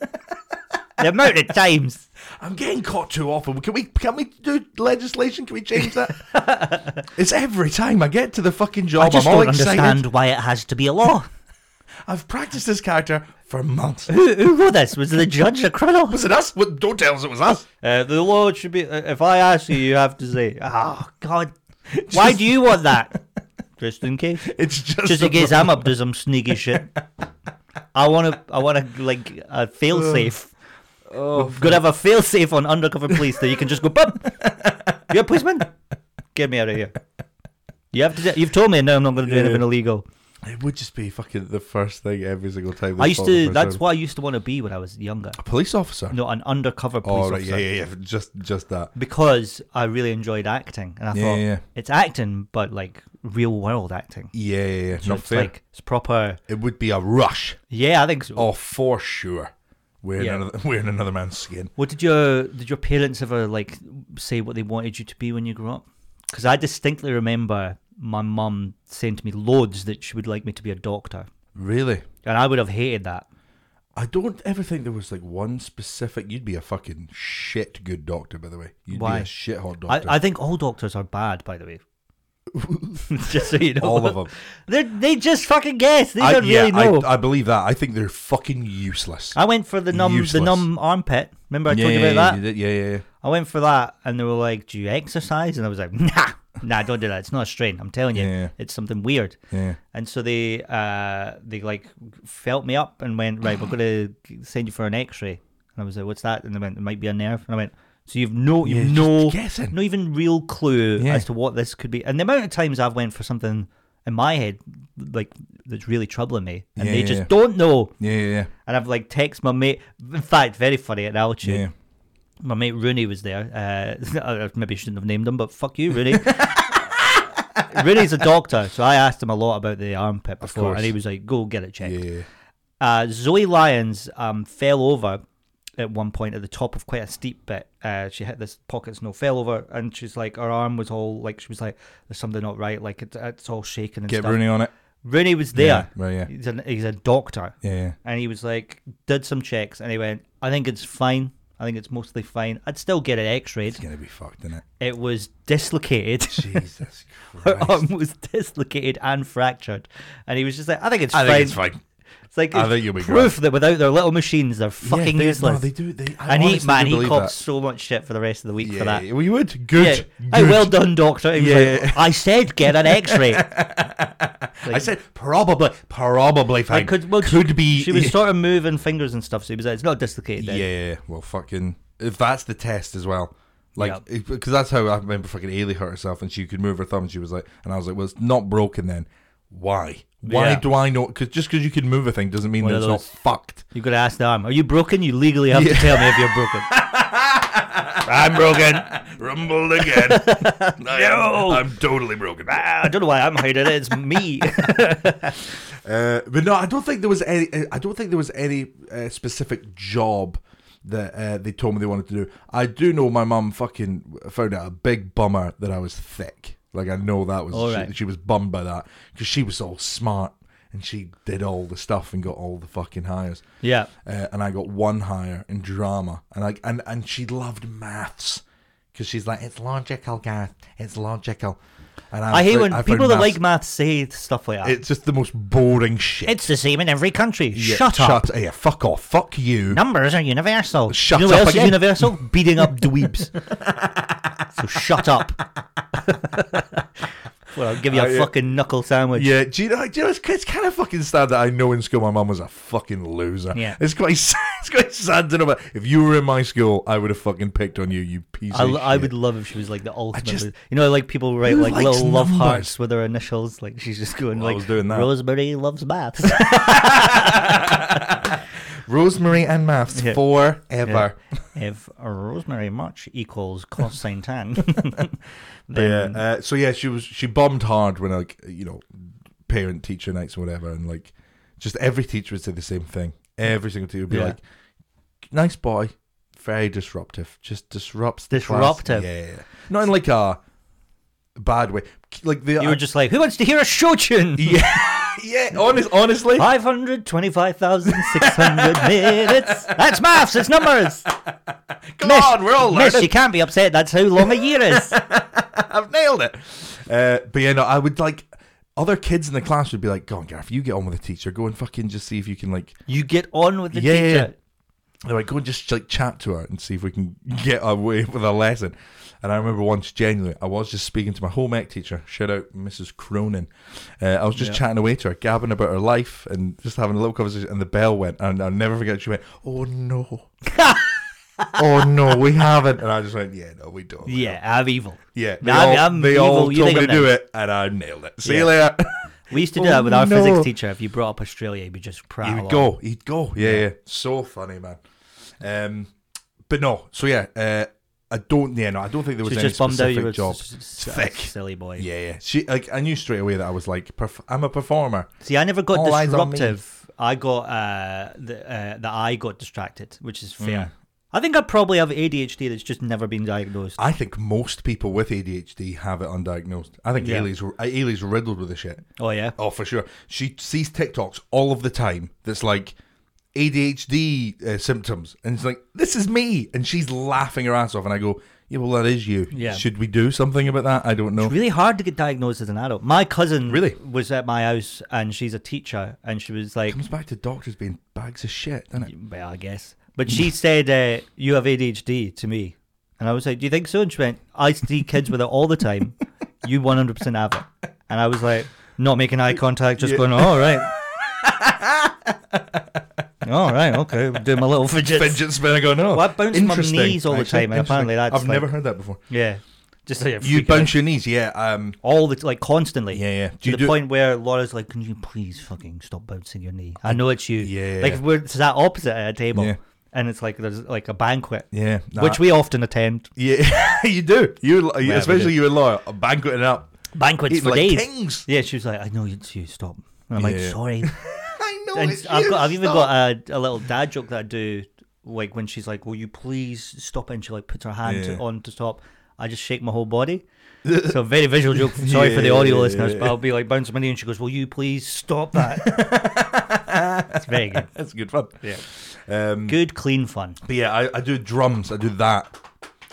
[SPEAKER 1] the amount of times.
[SPEAKER 2] I'm getting caught too often. Can we can we do legislation? Can we change that? it's every time I get to the fucking job.
[SPEAKER 1] I just
[SPEAKER 2] am all
[SPEAKER 1] don't
[SPEAKER 2] Oh, excited.
[SPEAKER 1] understand why it has to be a law.
[SPEAKER 2] I've practiced this character for months.
[SPEAKER 1] Who, who wrote this? Was the judge a criminal?
[SPEAKER 2] Was it us? What, don't tell us it was us.
[SPEAKER 1] Uh, the law should be. Uh, if I ask you, you have to say, "Oh God, why do you want that?" Just in case.
[SPEAKER 2] It's just,
[SPEAKER 1] Just in
[SPEAKER 2] a-
[SPEAKER 1] case I'm up to some sneaky shit. I want to. I want to like a failsafe. Oh, We've got to have a failsafe on undercover police that you can just go, "Bum, you're a policeman. Get me out of here." You have to. say- You've told me now. I'm not going to do
[SPEAKER 2] Yeah.
[SPEAKER 1] anything illegal.
[SPEAKER 2] It would just be fucking the first thing every single time. they
[SPEAKER 1] I used
[SPEAKER 2] spot the
[SPEAKER 1] to.
[SPEAKER 2] first
[SPEAKER 1] That's
[SPEAKER 2] time.
[SPEAKER 1] what I used to want to be when I was younger.
[SPEAKER 2] a police officer.
[SPEAKER 1] No, an undercover police
[SPEAKER 2] oh right,
[SPEAKER 1] officer.
[SPEAKER 2] yeah, yeah, yeah. Just, just that.
[SPEAKER 1] Because I really enjoyed acting, and I
[SPEAKER 2] Yeah,
[SPEAKER 1] thought
[SPEAKER 2] yeah, yeah.
[SPEAKER 1] it's acting, but like real world acting.
[SPEAKER 2] Yeah, yeah, yeah.
[SPEAKER 1] So
[SPEAKER 2] Not
[SPEAKER 1] it's
[SPEAKER 2] fair.
[SPEAKER 1] like it's proper.
[SPEAKER 2] it would be a rush.
[SPEAKER 1] Yeah, I think so.
[SPEAKER 2] Oh, for sure. Wearing
[SPEAKER 1] Yeah.
[SPEAKER 2] another, wearing another man's skin.
[SPEAKER 1] What did your did your parents ever like say what they wanted you to be when you grew up? Because I distinctly remember my mum saying to me loads that she would like me to be a doctor,
[SPEAKER 2] Really.
[SPEAKER 1] and I would have hated that.
[SPEAKER 2] I don't ever think there was like one specific. You'd be a fucking shit good doctor, by the way. You'd
[SPEAKER 1] Why?
[SPEAKER 2] be a shit hot doctor.
[SPEAKER 1] I, I think all doctors are bad, by the way. just so you know,
[SPEAKER 2] All of them.
[SPEAKER 1] They they just fucking guess. They
[SPEAKER 2] I,
[SPEAKER 1] don't
[SPEAKER 2] yeah,
[SPEAKER 1] really know. Ah,
[SPEAKER 2] I, I believe that. I think they're fucking useless.
[SPEAKER 1] I went for the numb the
[SPEAKER 2] Useless.
[SPEAKER 1] numb armpit. Remember I
[SPEAKER 2] yeah,
[SPEAKER 1] told you
[SPEAKER 2] yeah,
[SPEAKER 1] about
[SPEAKER 2] yeah,
[SPEAKER 1] that?
[SPEAKER 2] you did- yeah, yeah, yeah.
[SPEAKER 1] I went for that, and they were like, "Do you exercise?" And I was like, "Nah, nah, don't do that. It's not a strain. I'm telling you,
[SPEAKER 2] Yeah.
[SPEAKER 1] it's something weird."
[SPEAKER 2] Yeah.
[SPEAKER 1] And so they uh, they like felt me up and went, "Right, we're gonna send you for an X-ray." And I was like, "What's that?" And they went, "It might be a nerve." And I went, "So you've no,
[SPEAKER 2] Yeah,
[SPEAKER 1] you've
[SPEAKER 2] just
[SPEAKER 1] no,
[SPEAKER 2] guessing.
[SPEAKER 1] no even real clue
[SPEAKER 2] Yeah.
[SPEAKER 1] as to what this could be." And the amount of times I've went for something in my head like that's really troubling me, and
[SPEAKER 2] Yeah,
[SPEAKER 1] they
[SPEAKER 2] yeah,
[SPEAKER 1] just
[SPEAKER 2] yeah.
[SPEAKER 1] don't know.
[SPEAKER 2] Yeah, yeah, yeah.
[SPEAKER 1] And I've like text my mate. In fact, very funny analogy.
[SPEAKER 2] yeah.
[SPEAKER 1] My mate Rooney was there. Uh, I maybe shouldn't have named him, but fuck you, Rooney. Rooney's a doctor, so I asked him a lot about the armpit before,
[SPEAKER 2] course.
[SPEAKER 1] and he was like, "Go get it checked."
[SPEAKER 2] Yeah.
[SPEAKER 1] Uh, Zoe Lyons um, fell over at one point at the top of quite a steep bit. Uh, she hit this pocket snow, fell over, and she's like, her arm was all like, she was like, "There's something not right. Like it's, it's all shaking and
[SPEAKER 2] Get
[SPEAKER 1] stuff."
[SPEAKER 2] Rooney on it.
[SPEAKER 1] Rooney was there.
[SPEAKER 2] Yeah, right, yeah.
[SPEAKER 1] He's, an, he's a doctor
[SPEAKER 2] Yeah, yeah.
[SPEAKER 1] and he was like, did some checks, and he went, I think it's fine. I think it's mostly fine. I'd still get it x-rayed.
[SPEAKER 2] It's gonna be fucked, isn't it?
[SPEAKER 1] It was dislocated.
[SPEAKER 2] Jesus
[SPEAKER 1] Her
[SPEAKER 2] Christ.
[SPEAKER 1] arm was dislocated and fractured. And he was just like, I think it's
[SPEAKER 2] I
[SPEAKER 1] fine.
[SPEAKER 2] think it's fine.
[SPEAKER 1] It's like
[SPEAKER 2] I
[SPEAKER 1] it's
[SPEAKER 2] think you'll be
[SPEAKER 1] proof that without their little machines, they're fucking
[SPEAKER 2] yeah, they,
[SPEAKER 1] useless.
[SPEAKER 2] No, they do. They, I
[SPEAKER 1] and he,
[SPEAKER 2] honestly
[SPEAKER 1] man,
[SPEAKER 2] do
[SPEAKER 1] he
[SPEAKER 2] believe
[SPEAKER 1] copped
[SPEAKER 2] that.
[SPEAKER 1] so much shit for the rest of the week
[SPEAKER 2] Yeah,
[SPEAKER 1] for that.
[SPEAKER 2] yeah, well, you would. Good.
[SPEAKER 1] Yeah.
[SPEAKER 2] good.
[SPEAKER 1] Hey, well done, doctor. He was like, I said get an x-ray.
[SPEAKER 2] I said probably, probably fine.
[SPEAKER 1] I could, well,
[SPEAKER 2] could
[SPEAKER 1] she,
[SPEAKER 2] be.
[SPEAKER 1] She was sort of moving fingers and stuff, so he was like, it's not dislocated
[SPEAKER 2] yeah,
[SPEAKER 1] then.
[SPEAKER 2] yeah. Well, fucking. If that's the test as well, like,
[SPEAKER 1] Yeah.
[SPEAKER 2] because that's how I remember fucking Ailey hurt herself and she could move her thumb. And she was like, and I was like, well, it's not broken then. Why? Why
[SPEAKER 1] Yeah.
[SPEAKER 2] do I know? Cause just because you can move a thing doesn't mean
[SPEAKER 1] One
[SPEAKER 2] that
[SPEAKER 1] of
[SPEAKER 2] it's not
[SPEAKER 1] those-
[SPEAKER 2] fucked.
[SPEAKER 1] You gotta ask the arm. Are you broken? You legally have to tell me if you're broken.
[SPEAKER 2] I'm broken. Rumbled again. no, I'm totally broken.
[SPEAKER 1] I don't know why I'm hiding it. It's me.
[SPEAKER 2] Uh, but no, I don't think there was any. uh, I don't think there was any uh, specific job that uh, they told me they wanted to do. I do know my mum fucking found out a big bummer that I was thick. Like I know that was
[SPEAKER 1] All
[SPEAKER 2] she-
[SPEAKER 1] right.
[SPEAKER 2] she, was bummed by that because she was all smart and she did all the stuff and got all the fucking hires.
[SPEAKER 1] yeah.
[SPEAKER 2] Uh, and I got one higher in drama, and like and and she loved maths because she's like it's logical, Gareth, it's logical. And
[SPEAKER 1] I hate
[SPEAKER 2] found-
[SPEAKER 1] when
[SPEAKER 2] found
[SPEAKER 1] people that
[SPEAKER 2] maths-
[SPEAKER 1] like maths say stuff like that.
[SPEAKER 2] it's just the most boring shit.
[SPEAKER 1] it's the same in every country.
[SPEAKER 2] Yeah,
[SPEAKER 1] shut, up.
[SPEAKER 2] Yeah, fuck off. Fuck you.
[SPEAKER 1] Numbers are universal.
[SPEAKER 2] Shut
[SPEAKER 1] you know what
[SPEAKER 2] up
[SPEAKER 1] else is
[SPEAKER 2] again.
[SPEAKER 1] universal? Beating up dweebs. so shut up. well, I'll give you a
[SPEAKER 2] I, uh,
[SPEAKER 1] fucking knuckle sandwich.
[SPEAKER 2] Yeah, do you know? Do you know it's, it's kind of fucking sad that I know in school my mum was a fucking loser.
[SPEAKER 1] Yeah.
[SPEAKER 2] it's quite sad, it's quite sad to know. But if you were in my school, I would have fucking picked on you, you piece
[SPEAKER 1] I,
[SPEAKER 2] of
[SPEAKER 1] I
[SPEAKER 2] shit.
[SPEAKER 1] would love if she was like the ultimate.
[SPEAKER 2] just-
[SPEAKER 1] lo- you know, like people write
[SPEAKER 2] Who
[SPEAKER 1] like
[SPEAKER 2] likes
[SPEAKER 1] little love
[SPEAKER 2] numbers?
[SPEAKER 1] hearts with her initials. Like she's just going
[SPEAKER 2] Well, I
[SPEAKER 1] like,
[SPEAKER 2] was doing that.
[SPEAKER 1] Rosemary loves maths.
[SPEAKER 2] Rosemary and maths
[SPEAKER 1] Yeah.
[SPEAKER 2] forever.
[SPEAKER 1] if rosemary much equals cosine tan,
[SPEAKER 2] But Yeah.
[SPEAKER 1] then
[SPEAKER 2] Uh, so yeah, she was she bombed hard when like you know parent teacher nights or whatever, and like just every teacher would say the same thing. Every single teacher would be
[SPEAKER 1] Yeah.
[SPEAKER 2] like, "Nice boy, very disruptive. Just disrupts the class."
[SPEAKER 1] Disruptive.
[SPEAKER 2] Yeah, not in like a bad way. Like the
[SPEAKER 1] you were just like, who wants to hear a show tune?
[SPEAKER 2] yeah yeah. Honest, honestly,
[SPEAKER 1] Ah, 525,600 minutes. That's maths, it's numbers.
[SPEAKER 2] come
[SPEAKER 1] Miss-
[SPEAKER 2] on, we're all learning.
[SPEAKER 1] Miss, you can't be upset. That's how long a year is.
[SPEAKER 2] I've nailed it. Uh, but yeah, no, I would like Other kids in the class would be like, "Go on, Gareth, you get on with the teacher. Go and fucking just see if you can like."
[SPEAKER 1] You get on with the
[SPEAKER 2] Yeah, yeah,
[SPEAKER 1] teacher.
[SPEAKER 2] yeah. They're like, "Go and just like chat to her and see if we can get away with a lesson." And I remember once, genuinely, I was just speaking to my home ec teacher. Shout out Mrs. Cronin. Uh, I was just
[SPEAKER 1] Yeah.
[SPEAKER 2] chatting away to her, gabbing about her life and just having a little conversation. And the bell went, and I'll never forget. She went, "Oh no." oh no, we haven't. And I just went, yeah, no, we don't.
[SPEAKER 1] Yeah, I'm evil.
[SPEAKER 2] Yeah, they
[SPEAKER 1] Nah, I'm-
[SPEAKER 2] all,
[SPEAKER 1] I'm
[SPEAKER 2] they
[SPEAKER 1] evil,
[SPEAKER 2] all
[SPEAKER 1] you
[SPEAKER 2] told
[SPEAKER 1] think
[SPEAKER 2] me to
[SPEAKER 1] I'm
[SPEAKER 2] do it, and I nailed it. See
[SPEAKER 1] Yeah.
[SPEAKER 2] you later.
[SPEAKER 1] We used to do
[SPEAKER 2] Oh,
[SPEAKER 1] that with our
[SPEAKER 2] no.
[SPEAKER 1] physics teacher. If you brought up Australia, he'd be just proud.
[SPEAKER 2] He'd go. He'd go. Yeah, yeah. So funny, man. Um, but no. So yeah, uh, I don't. Yeah, no. I don't think there was
[SPEAKER 1] She's
[SPEAKER 2] any
[SPEAKER 1] just bummed out.
[SPEAKER 2] specific
[SPEAKER 1] You were
[SPEAKER 2] job.
[SPEAKER 1] s- s-
[SPEAKER 2] Thick.
[SPEAKER 1] silly boy.
[SPEAKER 2] Yeah, yeah. She like I knew straight away that I was like, perf- I'm a performer.
[SPEAKER 1] See, I never got
[SPEAKER 2] All eyes on me.
[SPEAKER 1] disruptive. I got uh, the uh, the eye got distracted, which is fair. I think I probably have ADHD that's just never been diagnosed.
[SPEAKER 2] I think most people with ADHD have it undiagnosed. I think
[SPEAKER 1] Yeah.
[SPEAKER 2] Ailey's uh, Ailey's riddled with the shit.
[SPEAKER 1] oh yeah,
[SPEAKER 2] Oh, for sure. She sees TikToks all of the time that's like ADHD uh, symptoms. And it's like, this is me. And she's laughing her ass off. And I go, yeah, well, that is you.
[SPEAKER 1] Yeah.
[SPEAKER 2] Should we do something about that? I don't know.
[SPEAKER 1] really hard to get diagnosed as an adult. My cousin
[SPEAKER 2] Really?
[SPEAKER 1] was at my house, and she's a teacher, and she was like,
[SPEAKER 2] comes back to doctors being bags of shit, doesn't it?
[SPEAKER 1] well, I guess. But she said, uh, "You have ADHD." To me, and I was like, "Do you think so?" And she went, "I see kids with it all the time. You one hundred percent have it." And I was like, not making eye contact, just
[SPEAKER 2] Yeah.
[SPEAKER 1] going, "All right, all right, okay." Doing my little fidgets.
[SPEAKER 2] Fidget spinner I go, no.
[SPEAKER 1] Well, I bounce my
[SPEAKER 2] Interesting.
[SPEAKER 1] knees all the
[SPEAKER 2] Actually,
[SPEAKER 1] time, and
[SPEAKER 2] interesting.
[SPEAKER 1] apparently that's
[SPEAKER 2] I've
[SPEAKER 1] like-
[SPEAKER 2] never heard that before.
[SPEAKER 1] Yeah, just like
[SPEAKER 2] You bounce your knees, yeah. Um,
[SPEAKER 1] all the like constantly.
[SPEAKER 2] yeah, yeah. Do
[SPEAKER 1] to
[SPEAKER 2] you
[SPEAKER 1] the
[SPEAKER 2] do-
[SPEAKER 1] point where Laura's like, "Can you please fucking stop bouncing your knee? I know it's you."
[SPEAKER 2] Yeah.
[SPEAKER 1] Like if we're sat opposite at a table,
[SPEAKER 2] Yeah.
[SPEAKER 1] and it's like there's like a banquet,
[SPEAKER 2] yeah. nah.
[SPEAKER 1] which we often attend.
[SPEAKER 2] yeah, you do. You,
[SPEAKER 1] we
[SPEAKER 2] especially
[SPEAKER 1] do.
[SPEAKER 2] you and Laura, are banqueting up,
[SPEAKER 1] Banquets
[SPEAKER 2] eating
[SPEAKER 1] for
[SPEAKER 2] like
[SPEAKER 1] days.
[SPEAKER 2] kings.
[SPEAKER 1] Yeah, she was like, "I know it's you. Stop." And I'm
[SPEAKER 2] Yeah.
[SPEAKER 1] like, "Sorry."
[SPEAKER 2] I know.
[SPEAKER 1] and
[SPEAKER 2] it's
[SPEAKER 1] I've
[SPEAKER 2] you,
[SPEAKER 1] got, uh, I've even
[SPEAKER 2] stop.
[SPEAKER 1] got a, a little dad joke that I do, like when she's like, "Will you please stop?" it?" and she like puts her hand to,
[SPEAKER 2] Yeah.
[SPEAKER 1] on to stop. I just shake my whole body. so very visual joke. Sorry for the audio
[SPEAKER 2] Yeah.
[SPEAKER 1] listeners, but I'll be like bouncing my knee, and she goes, "Will you please stop that?" it's very good.
[SPEAKER 2] That's good fun.
[SPEAKER 1] Yeah.
[SPEAKER 2] Um,
[SPEAKER 1] Good, clean fun.
[SPEAKER 2] But yeah, I, I do drums. I do that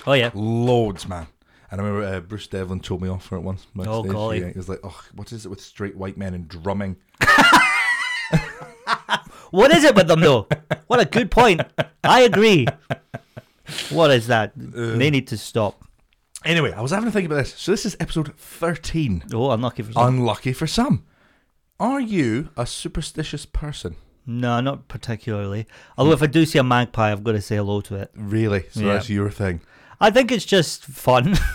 [SPEAKER 1] Oh yeah.
[SPEAKER 2] loads, man. And I remember uh, Bruce Devlin told me off for it once.
[SPEAKER 1] Oh,
[SPEAKER 2] backstage.
[SPEAKER 1] golly.
[SPEAKER 2] Yeah, he was like, "Oh, what is it with straight white men and drumming?"
[SPEAKER 1] What is it with them though? What a good point. I agree. What is that?
[SPEAKER 2] Um,
[SPEAKER 1] they need to stop.
[SPEAKER 2] Anyway, I was having a think about this. So this is episode thirteen.
[SPEAKER 1] Oh, unlucky for some.
[SPEAKER 2] Unlucky for some. Are you a superstitious person?
[SPEAKER 1] no, not particularly. Although if I do see a magpie, I've got to say hello to it.
[SPEAKER 2] Really? So
[SPEAKER 1] Yeah.
[SPEAKER 2] that's your thing.
[SPEAKER 1] I think it's just fun.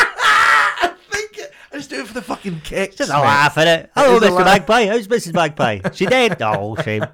[SPEAKER 2] Think it. I just do it for the fucking kicks.
[SPEAKER 1] just a
[SPEAKER 2] mate.
[SPEAKER 1] laugh at it. Hello,
[SPEAKER 2] is a
[SPEAKER 1] Mr.
[SPEAKER 2] laugh.
[SPEAKER 1] Magpie. How's Mrs. Magpie? She dead? Oh, shame.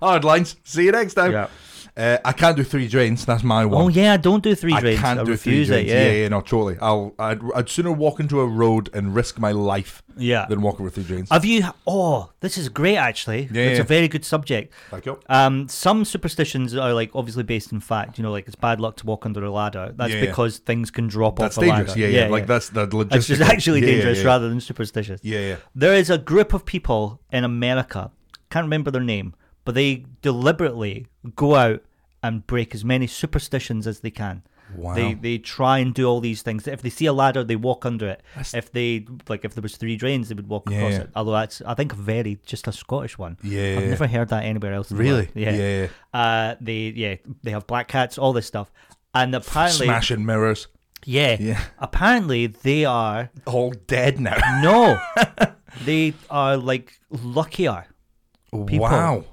[SPEAKER 2] Hard lines. See you next time.
[SPEAKER 1] Yeah.
[SPEAKER 2] Uh, I can't do three drains. That's my one.
[SPEAKER 1] Oh yeah, don't do three drains.
[SPEAKER 2] I can't do three
[SPEAKER 1] refuse
[SPEAKER 2] drains.
[SPEAKER 1] it. Yeah.
[SPEAKER 2] yeah, no, totally. I'll, I'd, I'd sooner walk into a road and risk my life
[SPEAKER 1] Yeah.
[SPEAKER 2] than walk over three drains.
[SPEAKER 1] Have you? Oh, this is great. Actually,
[SPEAKER 2] Yeah,
[SPEAKER 1] it's
[SPEAKER 2] yeah.
[SPEAKER 1] a very good subject.
[SPEAKER 2] Thank you.
[SPEAKER 1] Um, some superstitions are like obviously based in fact. You know, like it's bad luck to walk under a ladder. That's
[SPEAKER 2] Yeah, yeah.
[SPEAKER 1] because things can drop
[SPEAKER 2] That's
[SPEAKER 1] off a ladder.
[SPEAKER 2] dangerous. Yeah, yeah, Like that's the logistical.
[SPEAKER 1] It's just actually
[SPEAKER 2] Yeah, yeah,
[SPEAKER 1] dangerous
[SPEAKER 2] yeah.
[SPEAKER 1] rather than superstitious.
[SPEAKER 2] Yeah, yeah.
[SPEAKER 1] There is a group of people in America, can't remember their name, but they deliberately go out and break as many superstitions as they can.
[SPEAKER 2] Wow.
[SPEAKER 1] They they try and do all these things. If they see a ladder, they walk under it. If they like, if there was three drains, they would walk
[SPEAKER 2] Yeah,
[SPEAKER 1] across
[SPEAKER 2] yeah.
[SPEAKER 1] it. Although that's, I think, very just a Scottish one.
[SPEAKER 2] Yeah,
[SPEAKER 1] I've
[SPEAKER 2] yeah.
[SPEAKER 1] never heard that anywhere else. in the
[SPEAKER 2] Really?
[SPEAKER 1] world. Yeah.
[SPEAKER 2] Yeah,
[SPEAKER 1] Uh, they yeah they have black cats, all this stuff, and apparently
[SPEAKER 2] Smashing mirrors.
[SPEAKER 1] yeah
[SPEAKER 2] Yeah.
[SPEAKER 1] apparently they are
[SPEAKER 2] All dead now.
[SPEAKER 1] no, they are like luckier
[SPEAKER 2] Wow.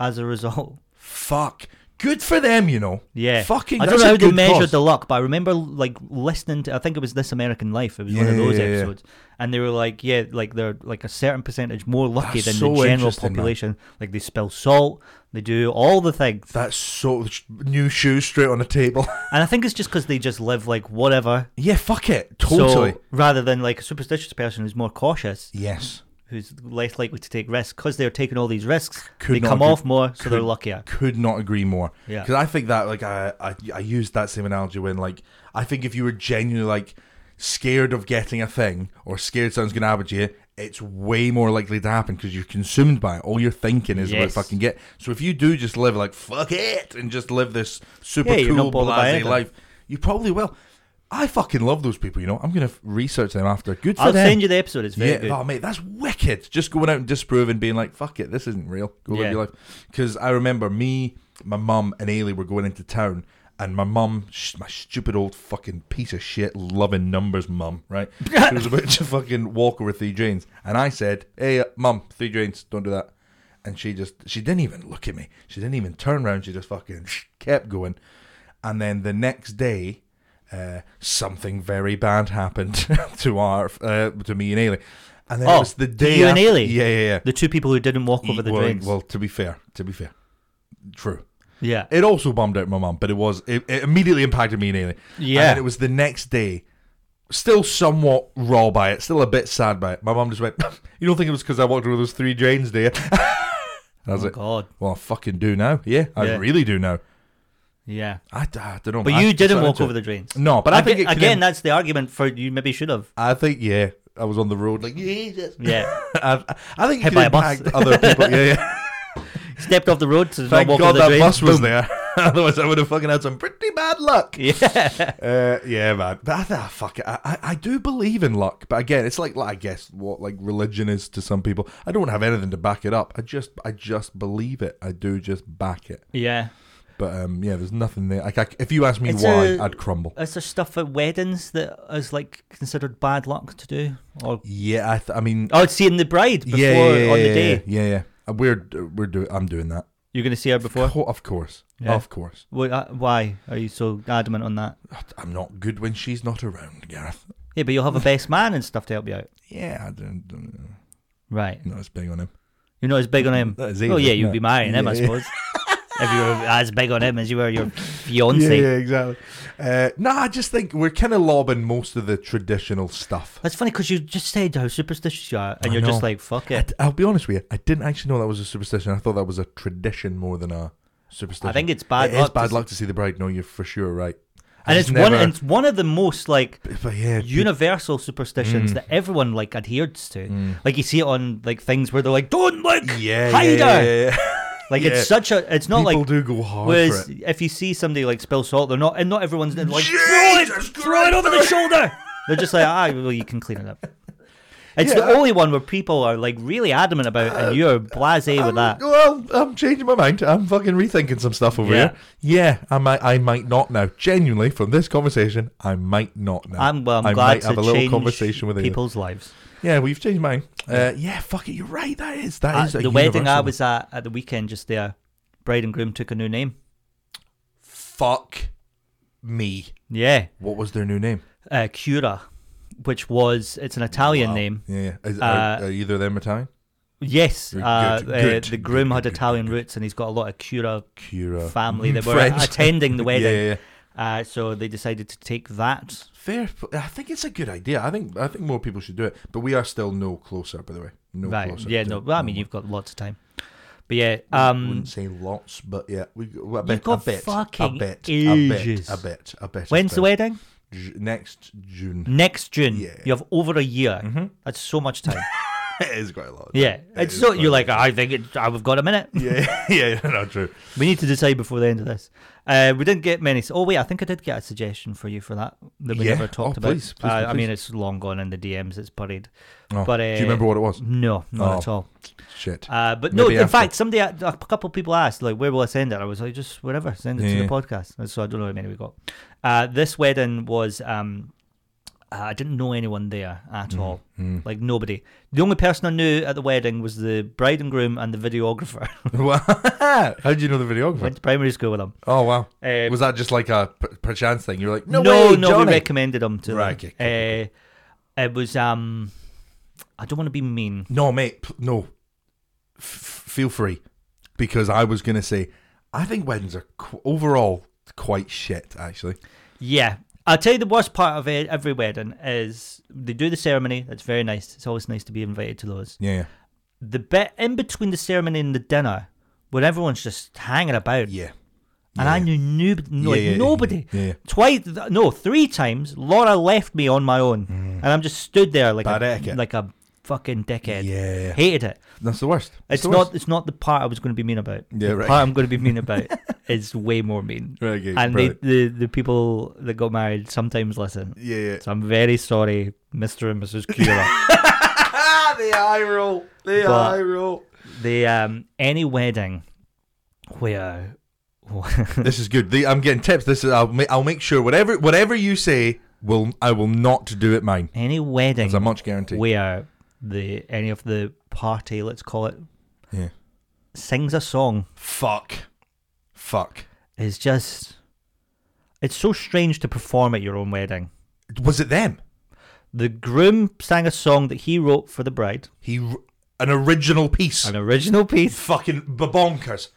[SPEAKER 1] as a result.
[SPEAKER 2] Fuck. Good for them, you know.
[SPEAKER 1] Yeah,
[SPEAKER 2] Fucking.
[SPEAKER 1] I don't
[SPEAKER 2] that's
[SPEAKER 1] know
[SPEAKER 2] a
[SPEAKER 1] how they
[SPEAKER 2] good
[SPEAKER 1] measured
[SPEAKER 2] cause.
[SPEAKER 1] the luck, but I remember like listening to. I think it was This American Life. It was one of
[SPEAKER 2] Yeah,
[SPEAKER 1] those
[SPEAKER 2] yeah, yeah.
[SPEAKER 1] episodes, and they were like, yeah, like they're like a certain percentage more lucky
[SPEAKER 2] That's
[SPEAKER 1] than
[SPEAKER 2] so
[SPEAKER 1] the general
[SPEAKER 2] interesting, man.
[SPEAKER 1] population. Like they spill salt, they do all the things,
[SPEAKER 2] That's so new shoes straight on the table.
[SPEAKER 1] and I think it's just because they just live like whatever.
[SPEAKER 2] yeah, fuck it. Totally.
[SPEAKER 1] So rather than like a superstitious person who's more cautious,
[SPEAKER 2] yes.
[SPEAKER 1] who's less likely to take risks because they're taking all these risks,
[SPEAKER 2] Could
[SPEAKER 1] they
[SPEAKER 2] not
[SPEAKER 1] come
[SPEAKER 2] agree-
[SPEAKER 1] off more, so they're
[SPEAKER 2] could-
[SPEAKER 1] luckier.
[SPEAKER 2] Could not agree more.
[SPEAKER 1] Yeah.
[SPEAKER 2] Because I think that like I, I I used that same analogy when like I think if you were genuinely like scared of getting a thing or scared someone's gonna happen to you, it's way more likely to happen because you're consumed by it. All you're thinking is about
[SPEAKER 1] Yes.
[SPEAKER 2] fucking get. So if you do just live like fuck it and just live this super
[SPEAKER 1] Yeah, you're
[SPEAKER 2] cool
[SPEAKER 1] not bothered by
[SPEAKER 2] blase
[SPEAKER 1] anything.
[SPEAKER 2] life, you probably will. I fucking love those people. You know, I'm gonna f- research them after. Good for
[SPEAKER 1] I'll
[SPEAKER 2] them.
[SPEAKER 1] send you the episode. It's very
[SPEAKER 2] Oh, yeah,
[SPEAKER 1] good.
[SPEAKER 2] oh mate, that's wicked. Just going out and disproving, being like, "Fuck it, this isn't real." Go
[SPEAKER 1] Yeah.
[SPEAKER 2] live your life. Because I remember me, my mum, and Ailey were going into town, and my mum, sh- my stupid old fucking piece of shit, loving numbers mum, right? she was about to fucking walk over three drains, and I said, "Hey, uh, mum, three drains, don't do that." And she just, she didn't even look at me. She didn't even turn around. She just fucking kept going. And then the next day, uh, something very bad happened to our, uh, to me and Ailey. And then it
[SPEAKER 1] Oh,
[SPEAKER 2] was the
[SPEAKER 1] to
[SPEAKER 2] day
[SPEAKER 1] you and
[SPEAKER 2] after-
[SPEAKER 1] Ailey?
[SPEAKER 2] Yeah, yeah, yeah.
[SPEAKER 1] The two people who didn't walk over the
[SPEAKER 2] well,
[SPEAKER 1] drains.
[SPEAKER 2] well, to be fair, to be fair, true.
[SPEAKER 1] yeah.
[SPEAKER 2] It also bummed out my mum, but it was it, it immediately impacted me and Ailey.
[SPEAKER 1] Yeah.
[SPEAKER 2] and then it was the next day. Still somewhat raw by it, still a bit sad by it. My mum just went, "You don't think it was because I walked over those three drains, do you?" and I was
[SPEAKER 1] Oh,
[SPEAKER 2] like,
[SPEAKER 1] God.
[SPEAKER 2] "Well, I fucking do now. Yeah, I
[SPEAKER 1] Yeah.
[SPEAKER 2] really do now.
[SPEAKER 1] Yeah.
[SPEAKER 2] I, don't know."
[SPEAKER 1] But you didn't walk over the drains.
[SPEAKER 2] No, but I think
[SPEAKER 1] again,
[SPEAKER 2] it could
[SPEAKER 1] again
[SPEAKER 2] im-
[SPEAKER 1] that's the argument for you maybe should have.
[SPEAKER 2] I think yeah, I was on the road like Jesus.
[SPEAKER 1] Yeah.
[SPEAKER 2] I, I think it
[SPEAKER 1] Hit
[SPEAKER 2] could
[SPEAKER 1] by a bus.
[SPEAKER 2] impact other people. Yeah, yeah.
[SPEAKER 1] Stepped off the road to
[SPEAKER 2] Thank
[SPEAKER 1] not walk
[SPEAKER 2] God
[SPEAKER 1] over the
[SPEAKER 2] that
[SPEAKER 1] drains.
[SPEAKER 2] bus was
[SPEAKER 1] Boom.
[SPEAKER 2] there. Otherwise, I would have fucking had some pretty bad luck.
[SPEAKER 1] Yeah.
[SPEAKER 2] Uh, yeah, man. But I, th- ah, fuck it. I, I, I do believe in luck, but again, it's like, like I guess what like religion is to some people. I don't have anything to back it up. I just I just believe it. I do just back it.
[SPEAKER 1] Yeah.
[SPEAKER 2] But um, yeah, there's nothing there. Like I, if you ask me
[SPEAKER 1] It's
[SPEAKER 2] why,
[SPEAKER 1] a-
[SPEAKER 2] i I'd crumble.
[SPEAKER 1] Is there stuff at weddings that is like considered bad luck to do? Or
[SPEAKER 2] Yeah, I, th- I mean,
[SPEAKER 1] oh, it's seeing the bride before
[SPEAKER 2] yeah, yeah, yeah,
[SPEAKER 1] on the
[SPEAKER 2] yeah,
[SPEAKER 1] day.
[SPEAKER 2] yeah, yeah, yeah. We're we're doing. I'm doing that.
[SPEAKER 1] You're going to see her before.
[SPEAKER 2] Co- of course,
[SPEAKER 1] Yeah.
[SPEAKER 2] of course.
[SPEAKER 1] Wh- uh, Why are you so adamant on that?
[SPEAKER 2] I'm not good when she's not around, Gareth.
[SPEAKER 1] Yeah, but you'll have a best man and stuff to help you out.
[SPEAKER 2] Yeah, I don't, don't
[SPEAKER 1] Right.
[SPEAKER 2] not as big on him.
[SPEAKER 1] You're not as big on him.
[SPEAKER 2] That is
[SPEAKER 1] oh
[SPEAKER 2] easy,
[SPEAKER 1] yeah, you'd
[SPEAKER 2] no.
[SPEAKER 1] be marrying him, I
[SPEAKER 2] Yeah.
[SPEAKER 1] suppose. if you were as big on him as you were your fiance.
[SPEAKER 2] exactly. Uh, no, I just think we're kind of lobbing most of the traditional stuff.
[SPEAKER 1] That's funny because you just said how superstitious you are, and
[SPEAKER 2] I
[SPEAKER 1] you're just
[SPEAKER 2] know.
[SPEAKER 1] like, "Fuck
[SPEAKER 2] I,
[SPEAKER 1] it."
[SPEAKER 2] will be honest with you, I didn't actually know that was a superstition. I thought that was a tradition more than a superstition.
[SPEAKER 1] I think it's bad
[SPEAKER 2] It is
[SPEAKER 1] luck. to
[SPEAKER 2] bad
[SPEAKER 1] see-
[SPEAKER 2] luck to see the bride. No, you're for sure right. I
[SPEAKER 1] and it's
[SPEAKER 2] just
[SPEAKER 1] one.
[SPEAKER 2] never-
[SPEAKER 1] and It's one of the most like
[SPEAKER 2] but yeah, pe-
[SPEAKER 1] universal superstitions
[SPEAKER 2] Mm.
[SPEAKER 1] that everyone like adheres to. Like you see it on like things where they're like, "Don't look,
[SPEAKER 2] yeah, yeah,
[SPEAKER 1] hide
[SPEAKER 2] yeah,
[SPEAKER 1] her."
[SPEAKER 2] yeah,
[SPEAKER 1] Like
[SPEAKER 2] Yeah.
[SPEAKER 1] it's such a. It's
[SPEAKER 2] yeah.
[SPEAKER 1] not
[SPEAKER 2] People
[SPEAKER 1] like.
[SPEAKER 2] do go hard
[SPEAKER 1] Whereas
[SPEAKER 2] for it.
[SPEAKER 1] if you see somebody like spill salt, they're not, and not everyone's like throw
[SPEAKER 2] Jesus
[SPEAKER 1] it, throw it over the
[SPEAKER 2] Christ.
[SPEAKER 1] shoulder. They're just like, ah, well, you can clean it up. It's the
[SPEAKER 2] Yeah. Uh,
[SPEAKER 1] only one where people are like really adamant about, it, and you're blasé with that.
[SPEAKER 2] Well, I'm changing my mind. I'm fucking rethinking some stuff over
[SPEAKER 1] Yeah.
[SPEAKER 2] here. Yeah, I might, I might not now. Genuinely, from this conversation, I might not now.
[SPEAKER 1] I'm well. I'm
[SPEAKER 2] I
[SPEAKER 1] glad
[SPEAKER 2] might
[SPEAKER 1] to
[SPEAKER 2] have a little
[SPEAKER 1] change
[SPEAKER 2] conversation with Ailey.
[SPEAKER 1] people's lives.
[SPEAKER 2] Yeah, we've changed mine. Uh, yeah, fuck it. You're right. That is that is
[SPEAKER 1] At
[SPEAKER 2] a
[SPEAKER 1] Uh, the wedding I
[SPEAKER 2] universal-
[SPEAKER 1] was at at the weekend just there, bride and groom took a new name.
[SPEAKER 2] Fuck me.
[SPEAKER 1] Yeah,
[SPEAKER 2] What was their new name?
[SPEAKER 1] uh, Cura, which was it's an Italian
[SPEAKER 2] Wow.
[SPEAKER 1] name.
[SPEAKER 2] Yeah, yeah. Is,
[SPEAKER 1] Uh,
[SPEAKER 2] are, are either of them Italian?
[SPEAKER 1] Yes,
[SPEAKER 2] Good,
[SPEAKER 1] uh,
[SPEAKER 2] good,
[SPEAKER 1] uh,
[SPEAKER 2] good,
[SPEAKER 1] the groom
[SPEAKER 2] good,
[SPEAKER 1] had
[SPEAKER 2] good, good,
[SPEAKER 1] Italian roots, and he's got a lot of Cura
[SPEAKER 2] Cura.
[SPEAKER 1] family that were
[SPEAKER 2] Mm-hmm. French.
[SPEAKER 1] attending the
[SPEAKER 2] Yeah,
[SPEAKER 1] wedding.
[SPEAKER 2] yeah, yeah.
[SPEAKER 1] Uh, so they decided to take that.
[SPEAKER 2] Fair. p- I think it's a good idea. I think I think more people should do it. But we are still no closer, by the way. No
[SPEAKER 1] right?
[SPEAKER 2] closer.
[SPEAKER 1] yeah,
[SPEAKER 2] to-
[SPEAKER 1] no. Well, I mean, you've got lots of time, but yeah,
[SPEAKER 2] I
[SPEAKER 1] um,
[SPEAKER 2] wouldn't say lots, but yeah, we well, a bit,
[SPEAKER 1] got
[SPEAKER 2] a bit,
[SPEAKER 1] fucking
[SPEAKER 2] a bit,
[SPEAKER 1] ages.
[SPEAKER 2] a bit, a bit, a bit.
[SPEAKER 1] when's the Mm. wedding?
[SPEAKER 2] wedding? Next June.
[SPEAKER 1] Next June.
[SPEAKER 2] Yeah.
[SPEAKER 1] You have over a year. That's so much time.
[SPEAKER 2] it is quite a lot.
[SPEAKER 1] Yeah,
[SPEAKER 2] It
[SPEAKER 1] it's
[SPEAKER 2] is
[SPEAKER 1] so
[SPEAKER 2] quite
[SPEAKER 1] you're
[SPEAKER 2] a lot.
[SPEAKER 1] like I think it, I, we've got a minute.
[SPEAKER 2] Yeah, yeah, yeah, no, true.
[SPEAKER 1] We need to decide before the end of this. Uh, we didn't get many. Oh wait, I think I did get a suggestion for you for that that we
[SPEAKER 2] Yeah.
[SPEAKER 1] never talked
[SPEAKER 2] Oh,
[SPEAKER 1] about.
[SPEAKER 2] please, please,
[SPEAKER 1] uh, I
[SPEAKER 2] please.
[SPEAKER 1] mean, it's long gone in the DMs. It's buried.
[SPEAKER 2] Oh,
[SPEAKER 1] But,
[SPEAKER 2] do
[SPEAKER 1] uh,
[SPEAKER 2] you remember what it was?
[SPEAKER 1] No, not
[SPEAKER 2] Oh.
[SPEAKER 1] at all.
[SPEAKER 2] Shit.
[SPEAKER 1] Uh, but no,
[SPEAKER 2] Maybe
[SPEAKER 1] in
[SPEAKER 2] after.
[SPEAKER 1] fact, somebody, a couple people asked, like, where will I send it? I was like, just wherever, send it to
[SPEAKER 2] Yeah.
[SPEAKER 1] the podcast. And so I don't know how many we got. Uh, this wedding was, um, I didn't know anyone there at
[SPEAKER 2] Mm-hmm.
[SPEAKER 1] all,
[SPEAKER 2] Hmm.
[SPEAKER 1] like nobody. The only person I knew at the wedding was the bride and groom and the videographer.
[SPEAKER 2] Wow. How did you know the videographer?
[SPEAKER 1] Went to primary school with them.
[SPEAKER 2] Oh wow!
[SPEAKER 1] Um,
[SPEAKER 2] was that just like a p- perchance thing? You're like, no,
[SPEAKER 1] no,
[SPEAKER 2] way,
[SPEAKER 1] no,
[SPEAKER 2] Johnny.
[SPEAKER 1] we recommended them to.
[SPEAKER 2] Right,
[SPEAKER 1] them.
[SPEAKER 2] okay, cool,
[SPEAKER 1] Uh, it was. Um, I don't want to be mean.
[SPEAKER 2] no, mate, p- no. F- feel free, because I was gonna say, I think weddings are qu- overall quite shit. Actually,
[SPEAKER 1] Yeah. I'll tell you the worst part of it, every wedding is they do the ceremony. That's very nice. It's always nice to be invited to those.
[SPEAKER 2] yeah, yeah.
[SPEAKER 1] The bit in between the ceremony and the dinner, where everyone's just hanging about,
[SPEAKER 2] Yeah.
[SPEAKER 1] and I knew noob- no, like,
[SPEAKER 2] yeah, yeah,
[SPEAKER 1] nobody.
[SPEAKER 2] yeah, yeah.
[SPEAKER 1] Twice, th-
[SPEAKER 2] Mm.
[SPEAKER 1] no, three times, Laura left me on my own, and I'm just stood there like
[SPEAKER 2] Bad
[SPEAKER 1] a
[SPEAKER 2] etiquette.
[SPEAKER 1] like a fucking dickhead.
[SPEAKER 2] Yeah,
[SPEAKER 1] Hated it.
[SPEAKER 2] that's the worst. That's
[SPEAKER 1] It's
[SPEAKER 2] the
[SPEAKER 1] not.
[SPEAKER 2] worst.
[SPEAKER 1] It's not the part I was going to be mean about.
[SPEAKER 2] Yeah,
[SPEAKER 1] the
[SPEAKER 2] right.
[SPEAKER 1] part I'm going to be mean about is way more mean.
[SPEAKER 2] Right, okay,
[SPEAKER 1] and they,
[SPEAKER 2] brilliant.
[SPEAKER 1] the the people that got married sometimes listen.
[SPEAKER 2] yeah, yeah.
[SPEAKER 1] So I'm very sorry, Mr. and Mrs. Kira.
[SPEAKER 2] the Ah, eye roll. The
[SPEAKER 1] But-
[SPEAKER 2] eye roll.
[SPEAKER 1] the um any wedding where
[SPEAKER 2] This is good. The, I'm getting tips. This is. I'll make. I'll make sure whatever whatever you say will. I will not do it mine.
[SPEAKER 1] any wedding
[SPEAKER 2] As I much guarantee.
[SPEAKER 1] where the any of the party, let's call it,
[SPEAKER 2] yeah.
[SPEAKER 1] sings a song
[SPEAKER 2] Fuck. Fuck.
[SPEAKER 1] is just it's so strange to perform at your own wedding.
[SPEAKER 2] Was it them?
[SPEAKER 1] The groom sang a song that he wrote for the bride,
[SPEAKER 2] He r- an original piece.
[SPEAKER 1] an original piece.
[SPEAKER 2] Fucking b- bonkers.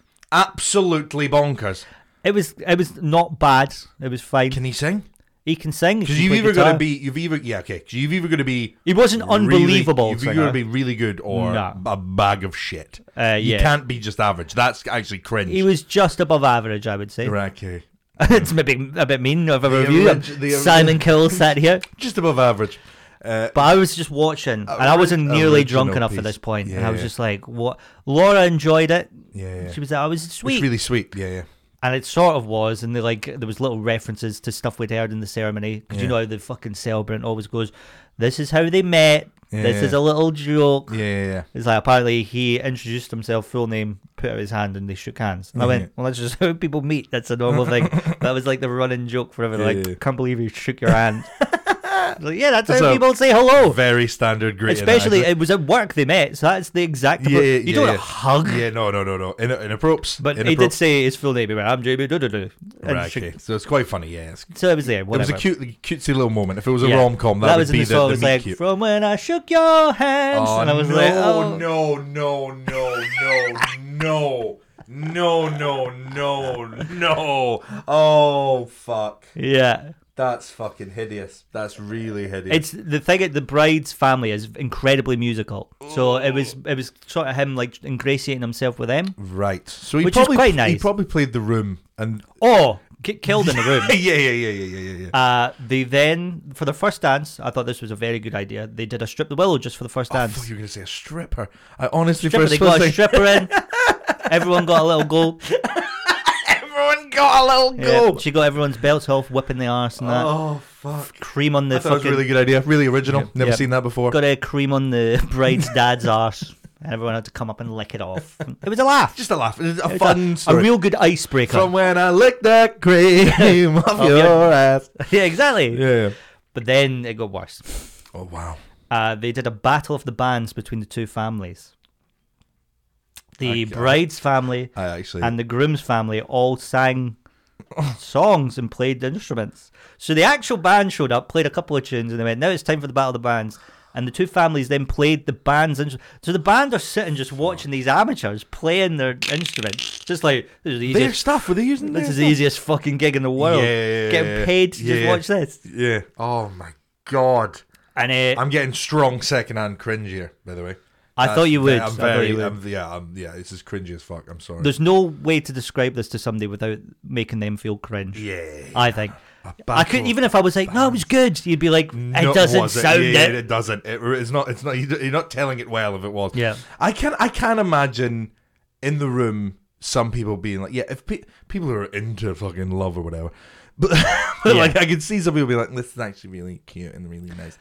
[SPEAKER 2] Absolutely bonkers.
[SPEAKER 1] It was it was not bad. It was fine.
[SPEAKER 2] Can he sing?
[SPEAKER 1] he can sing. he
[SPEAKER 2] Because
[SPEAKER 1] can
[SPEAKER 2] you've
[SPEAKER 1] play
[SPEAKER 2] either got
[SPEAKER 1] guitar.
[SPEAKER 2] to be. You've either yeah okay. 'Cause you've either got to be.
[SPEAKER 1] He wasn't unbelievable.
[SPEAKER 2] Really, you've
[SPEAKER 1] singer.
[SPEAKER 2] got to be really good or
[SPEAKER 1] Nah.
[SPEAKER 2] a bag of shit.
[SPEAKER 1] Uh,
[SPEAKER 2] You
[SPEAKER 1] yeah.
[SPEAKER 2] can't be just average. That's actually cringe.
[SPEAKER 1] He was just above average, I would say.
[SPEAKER 2] Right, okay.
[SPEAKER 1] it's maybe a bit mean of a review.
[SPEAKER 2] orig- the orig-
[SPEAKER 1] Simon Cowell sat here,
[SPEAKER 2] Just above average.
[SPEAKER 1] but I was just watching,
[SPEAKER 2] Oh,
[SPEAKER 1] and I wasn't nearly
[SPEAKER 2] original
[SPEAKER 1] drunk enough
[SPEAKER 2] piece.
[SPEAKER 1] at this point, and I was
[SPEAKER 2] Yeah.
[SPEAKER 1] just like, "What?" Laura enjoyed it.
[SPEAKER 2] Yeah, yeah.
[SPEAKER 1] She was like, "I was
[SPEAKER 2] It's
[SPEAKER 1] sweet,"
[SPEAKER 2] really sweet. Yeah, yeah.
[SPEAKER 1] and it sort of was. And they like there was little references to stuff we'd heard in the ceremony because you
[SPEAKER 2] Yeah.
[SPEAKER 1] know how the fucking celebrant always goes, "This is how they met. This
[SPEAKER 2] Yeah.
[SPEAKER 1] is a little joke."
[SPEAKER 2] Yeah, yeah, yeah.
[SPEAKER 1] It's like apparently he introduced himself, full name, put out his hand, and they shook hands. And I
[SPEAKER 2] Yeah.
[SPEAKER 1] went, "Well, that's just how people meet. That's a normal thing." that was like the running joke forever.
[SPEAKER 2] Yeah,
[SPEAKER 1] like,
[SPEAKER 2] yeah.
[SPEAKER 1] can't believe you shook your hand. It's like, yeah, that's,
[SPEAKER 2] That's
[SPEAKER 1] how
[SPEAKER 2] a-
[SPEAKER 1] people say hello.
[SPEAKER 2] Very standard great.
[SPEAKER 1] Oh. Especially
[SPEAKER 2] analogy.
[SPEAKER 1] it was at work they met, so that's the exact.
[SPEAKER 2] Yeah,
[SPEAKER 1] appro-
[SPEAKER 2] yeah,
[SPEAKER 1] you don't
[SPEAKER 2] yeah.
[SPEAKER 1] hug.
[SPEAKER 2] Yeah, no, no, no, no. In in a props.
[SPEAKER 1] But
[SPEAKER 2] in
[SPEAKER 1] he did say his full name. he went, I'm JB. duh, duh, duh," and
[SPEAKER 2] Right,
[SPEAKER 1] shook-
[SPEAKER 2] okay. So it's quite funny. Yeah, it's,
[SPEAKER 1] So it was there.
[SPEAKER 2] it was
[SPEAKER 1] Whatever.
[SPEAKER 2] a cute, cutesy little moment. If it was a
[SPEAKER 1] Yeah.
[SPEAKER 2] rom com, that,
[SPEAKER 1] that
[SPEAKER 2] would
[SPEAKER 1] was in
[SPEAKER 2] be
[SPEAKER 1] the song. it was
[SPEAKER 2] meet
[SPEAKER 1] like
[SPEAKER 2] cute.
[SPEAKER 1] from when I shook your hands, and I was
[SPEAKER 2] no,
[SPEAKER 1] like, oh
[SPEAKER 2] no, no, no, no, no, no, no, no, no. Oh fuck!
[SPEAKER 1] yeah.
[SPEAKER 2] That's fucking hideous. That's really hideous.
[SPEAKER 1] It's the thing. The bride's family is incredibly musical, so it was it was sort of him like ingratiating himself with them.
[SPEAKER 2] right. So he
[SPEAKER 1] Which is
[SPEAKER 2] probably
[SPEAKER 1] quite
[SPEAKER 2] he
[SPEAKER 1] nice.
[SPEAKER 2] probably played the room and
[SPEAKER 1] Oh, get killed in the room.
[SPEAKER 2] yeah, yeah, yeah, yeah, yeah, yeah, yeah.
[SPEAKER 1] Uh, they then for their first dance, I thought this was a very good idea. They did a strip the willow just for the first
[SPEAKER 2] I
[SPEAKER 1] dance.
[SPEAKER 2] thought you were gonna say a stripper. I honestly
[SPEAKER 1] stripper,
[SPEAKER 2] first
[SPEAKER 1] they got
[SPEAKER 2] was
[SPEAKER 1] a
[SPEAKER 2] like,
[SPEAKER 1] stripper in. Everyone got a little go.
[SPEAKER 2] everyone got a little
[SPEAKER 1] Yeah,
[SPEAKER 2] go.
[SPEAKER 1] she got everyone's belts off, whipping the arse and that.
[SPEAKER 2] Oh fuck!
[SPEAKER 1] Cream on the
[SPEAKER 2] That was a
[SPEAKER 1] fucking.
[SPEAKER 2] really good idea. Really original. Never
[SPEAKER 1] yeah.
[SPEAKER 2] seen that before.
[SPEAKER 1] Got a cream on the bride's dad's arse, and everyone had to come up and lick it off. It was a laugh.
[SPEAKER 2] Just a laugh. It's A
[SPEAKER 1] It's
[SPEAKER 2] fun
[SPEAKER 1] a,
[SPEAKER 2] story.
[SPEAKER 1] a real good icebreaker.
[SPEAKER 2] From when I licked that cream off
[SPEAKER 1] Of
[SPEAKER 2] your
[SPEAKER 1] your-
[SPEAKER 2] ass.
[SPEAKER 1] Oh, yeah, exactly.
[SPEAKER 2] Yeah.
[SPEAKER 1] But then it got worse.
[SPEAKER 2] Oh wow.
[SPEAKER 1] Uh, they did a battle of the bands between the two families. The
[SPEAKER 2] Okay.
[SPEAKER 1] bride's family
[SPEAKER 2] I actually.
[SPEAKER 1] and the groom's family all sang songs and played the instruments. So the actual band showed up, played a couple of tunes, and they went, "Now it's time for the battle of the bands." And the two families then played the band's instruments. So the band are sitting just watching these amateurs playing their instruments, just like this is the
[SPEAKER 2] their
[SPEAKER 1] easiest,
[SPEAKER 2] stuff. Were they using
[SPEAKER 1] this
[SPEAKER 2] their
[SPEAKER 1] is the easiest fucking gig in the world.
[SPEAKER 2] Yeah,
[SPEAKER 1] Getting paid to
[SPEAKER 2] yeah.
[SPEAKER 1] just watch this,
[SPEAKER 2] stuff? Yeah. Oh my god.
[SPEAKER 1] and uh,
[SPEAKER 2] I'm getting strong secondhand cringe here. By the way.
[SPEAKER 1] I thought you would.
[SPEAKER 2] I'm
[SPEAKER 1] I thought
[SPEAKER 2] very.
[SPEAKER 1] you would.
[SPEAKER 2] I'm, yeah. I'm, yeah. This is cringy as fuck. I'm sorry.
[SPEAKER 1] There's no way to describe this to somebody without making them feel cringe.
[SPEAKER 2] yeah.
[SPEAKER 1] I think. I
[SPEAKER 2] battle
[SPEAKER 1] couldn't even if I was like, no, it was good. You'd be like,
[SPEAKER 2] No,
[SPEAKER 1] it doesn't
[SPEAKER 2] was
[SPEAKER 1] sound
[SPEAKER 2] Yeah,
[SPEAKER 1] it.
[SPEAKER 2] It doesn't. It, it's not. It's not. You're not telling it well if it was.
[SPEAKER 1] Yeah.
[SPEAKER 2] I can. I can imagine in the room some people being like, yeah, if pe- people who are into fucking love or whatever, but, but
[SPEAKER 1] Yeah.
[SPEAKER 2] like I can see some people be like, this is actually really cute and really nice.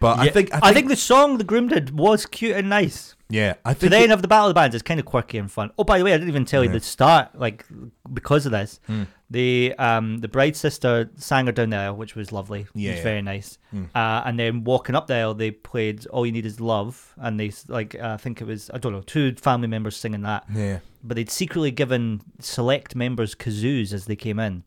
[SPEAKER 2] But I
[SPEAKER 1] Yeah,
[SPEAKER 2] think. I think.
[SPEAKER 1] the song the groom did was cute and nice.
[SPEAKER 2] yeah. I
[SPEAKER 1] The
[SPEAKER 2] think.
[SPEAKER 1] end of the Battle of the Bands is kind of quirky and fun. Oh, by the way, I didn't even tell you the start. Like because of this,
[SPEAKER 2] Hmm.
[SPEAKER 1] the um the bride's sister sang her down the aisle, which was lovely. it
[SPEAKER 2] Yeah, Hmm.
[SPEAKER 1] was
[SPEAKER 2] yeah.
[SPEAKER 1] very nice. Uh, and then walking up the aisle, they played "All You Need Is Love," and they s- like uh, I think it was I don't know two family members singing that.
[SPEAKER 2] yeah.
[SPEAKER 1] but they'd secretly given select members kazoos as they came in.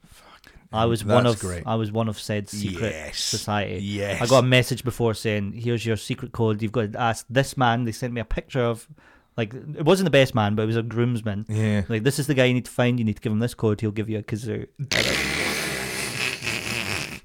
[SPEAKER 1] I was one
[SPEAKER 2] that's
[SPEAKER 1] of
[SPEAKER 2] great.
[SPEAKER 1] I was one of said secret
[SPEAKER 2] Yes.
[SPEAKER 1] society.
[SPEAKER 2] Yes.
[SPEAKER 1] I got a message before saying, "Here's your secret code. You've got to ask this man." They sent me a picture of, like, it wasn't the best man, but it was a groomsman.
[SPEAKER 2] Yeah.
[SPEAKER 1] Like, this is the guy you need to find. You need to give him this code. He'll give you a kazoo.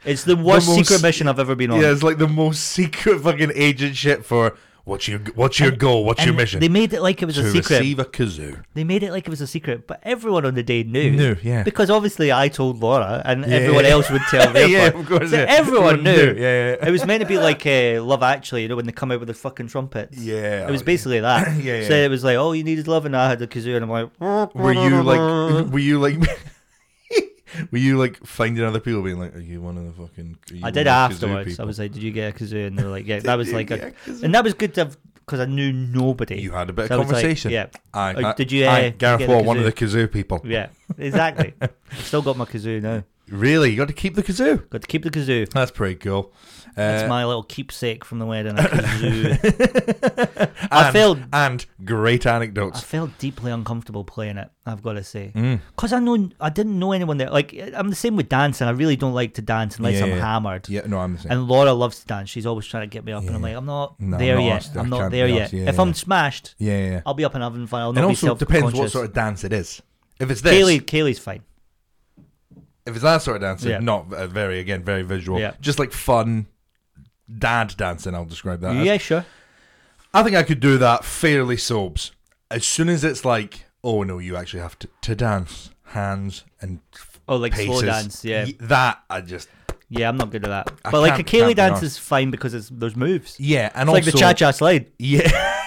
[SPEAKER 1] it's the worst
[SPEAKER 2] most-
[SPEAKER 1] secret mission I've ever been on.
[SPEAKER 2] Yeah. It's like the most secret fucking agent shit for. What's your What's your goal? What's your
[SPEAKER 1] And
[SPEAKER 2] mission?
[SPEAKER 1] They made it like it was
[SPEAKER 2] to
[SPEAKER 1] a secret.
[SPEAKER 2] receive a kazoo.
[SPEAKER 1] They made it like it was a secret, but everyone on the day knew.
[SPEAKER 2] Knew, yeah.
[SPEAKER 1] Because obviously I told Laura, and
[SPEAKER 2] Yeah.
[SPEAKER 1] everyone else would tell their
[SPEAKER 2] Yeah,
[SPEAKER 1] part.
[SPEAKER 2] of course,
[SPEAKER 1] So
[SPEAKER 2] yeah.
[SPEAKER 1] everyone
[SPEAKER 2] Everyone
[SPEAKER 1] knew.
[SPEAKER 2] knew, yeah, yeah.
[SPEAKER 1] It was meant to be like uh, Love Actually, you know, when they come out with the fucking trumpets.
[SPEAKER 2] Yeah,
[SPEAKER 1] It was
[SPEAKER 2] oh, yeah.
[SPEAKER 1] basically that.
[SPEAKER 2] Yeah,
[SPEAKER 1] So
[SPEAKER 2] yeah.
[SPEAKER 1] it was like, all you need is love, and I had the kazoo, and I'm like,
[SPEAKER 2] Were you like? Were you like? were you like finding other people being like, "Are you one of the fucking?" are you
[SPEAKER 1] I
[SPEAKER 2] one
[SPEAKER 1] did
[SPEAKER 2] of the kazoo
[SPEAKER 1] afterwards. I
[SPEAKER 2] people?"
[SPEAKER 1] was like, did you get a kazoo? And they were like, yeah. That was
[SPEAKER 2] you
[SPEAKER 1] like,
[SPEAKER 2] get
[SPEAKER 1] a,
[SPEAKER 2] a kazoo?
[SPEAKER 1] and that was good to have because I knew nobody.
[SPEAKER 2] You had a bit of
[SPEAKER 1] So I was like,
[SPEAKER 2] conversation.
[SPEAKER 1] yeah.
[SPEAKER 2] Aye,
[SPEAKER 1] Oh,
[SPEAKER 2] aye,
[SPEAKER 1] did you,
[SPEAKER 2] aye,
[SPEAKER 1] uh, did you
[SPEAKER 2] Gareth
[SPEAKER 1] get a
[SPEAKER 2] Wall, one of
[SPEAKER 1] kazoo?
[SPEAKER 2] the kazoo people.
[SPEAKER 1] Yeah, exactly. I've still got my kazoo now.
[SPEAKER 2] Really, you got to keep the kazoo.
[SPEAKER 1] Got to keep the kazoo.
[SPEAKER 2] That's pretty cool. Uh,
[SPEAKER 1] That's my little keepsake from the wedding. A kazoo. I
[SPEAKER 2] Uh, and-
[SPEAKER 1] felt-
[SPEAKER 2] and great
[SPEAKER 1] I
[SPEAKER 2] anecdotes.
[SPEAKER 1] felt deeply uncomfortable playing it. I've got to say,
[SPEAKER 2] Mm.
[SPEAKER 1] because I know I didn't know anyone that like. I'm the same with dancing. I really don't like to dance unless
[SPEAKER 2] Yeah,
[SPEAKER 1] I'm
[SPEAKER 2] yeah.
[SPEAKER 1] hammered.
[SPEAKER 2] Yeah, no, I'm the same.
[SPEAKER 1] And Laura loves to dance. She's always trying to get me up, and I'm like, I'm not
[SPEAKER 2] No, I'm
[SPEAKER 1] there
[SPEAKER 2] not
[SPEAKER 1] yet.
[SPEAKER 2] arsed. I
[SPEAKER 1] I'm not
[SPEAKER 2] can't
[SPEAKER 1] there
[SPEAKER 2] be
[SPEAKER 1] yet.
[SPEAKER 2] arsed. Yeah,
[SPEAKER 1] if
[SPEAKER 2] yeah.
[SPEAKER 1] I'm smashed,
[SPEAKER 2] yeah, yeah.
[SPEAKER 1] I'll be up and having fun. I'll not
[SPEAKER 2] And
[SPEAKER 1] be
[SPEAKER 2] also it depends what
[SPEAKER 1] self-conscious.
[SPEAKER 2] sort of dance it is. If it's this,
[SPEAKER 1] Kaylee, Kaylee's fine.
[SPEAKER 2] if it's that sort of dancing,
[SPEAKER 1] Yeah.
[SPEAKER 2] not uh, very again, very visual.
[SPEAKER 1] Yeah.
[SPEAKER 2] Just like fun dad dancing, I'll describe that. as.
[SPEAKER 1] yeah, sure.
[SPEAKER 2] I think I could do that fairly sobs. As soon as it's like, oh no, you actually have to, to dance hands and
[SPEAKER 1] Oh, like
[SPEAKER 2] paces.
[SPEAKER 1] slow dance. Yeah,
[SPEAKER 2] y- that I just
[SPEAKER 1] yeah. I'm not good at that.
[SPEAKER 2] I
[SPEAKER 1] But like a
[SPEAKER 2] can't- can't
[SPEAKER 1] Kaylee
[SPEAKER 2] be
[SPEAKER 1] dance
[SPEAKER 2] arsed.
[SPEAKER 1] is fine because it's there's moves. It's
[SPEAKER 2] yeah, and
[SPEAKER 1] like
[SPEAKER 2] also
[SPEAKER 1] the cha cha slide.
[SPEAKER 2] yeah.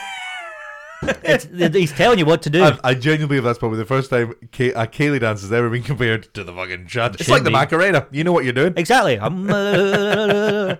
[SPEAKER 1] It's, he's telling you what to do.
[SPEAKER 2] I, I genuinely believe that's probably the first time Kay- a Kaylee dance has ever been compared to the fucking chat. It's like
[SPEAKER 1] Shouldn't
[SPEAKER 2] the
[SPEAKER 1] be.
[SPEAKER 2] Macarena. You know what you're doing.
[SPEAKER 1] exactly. I'm, uh,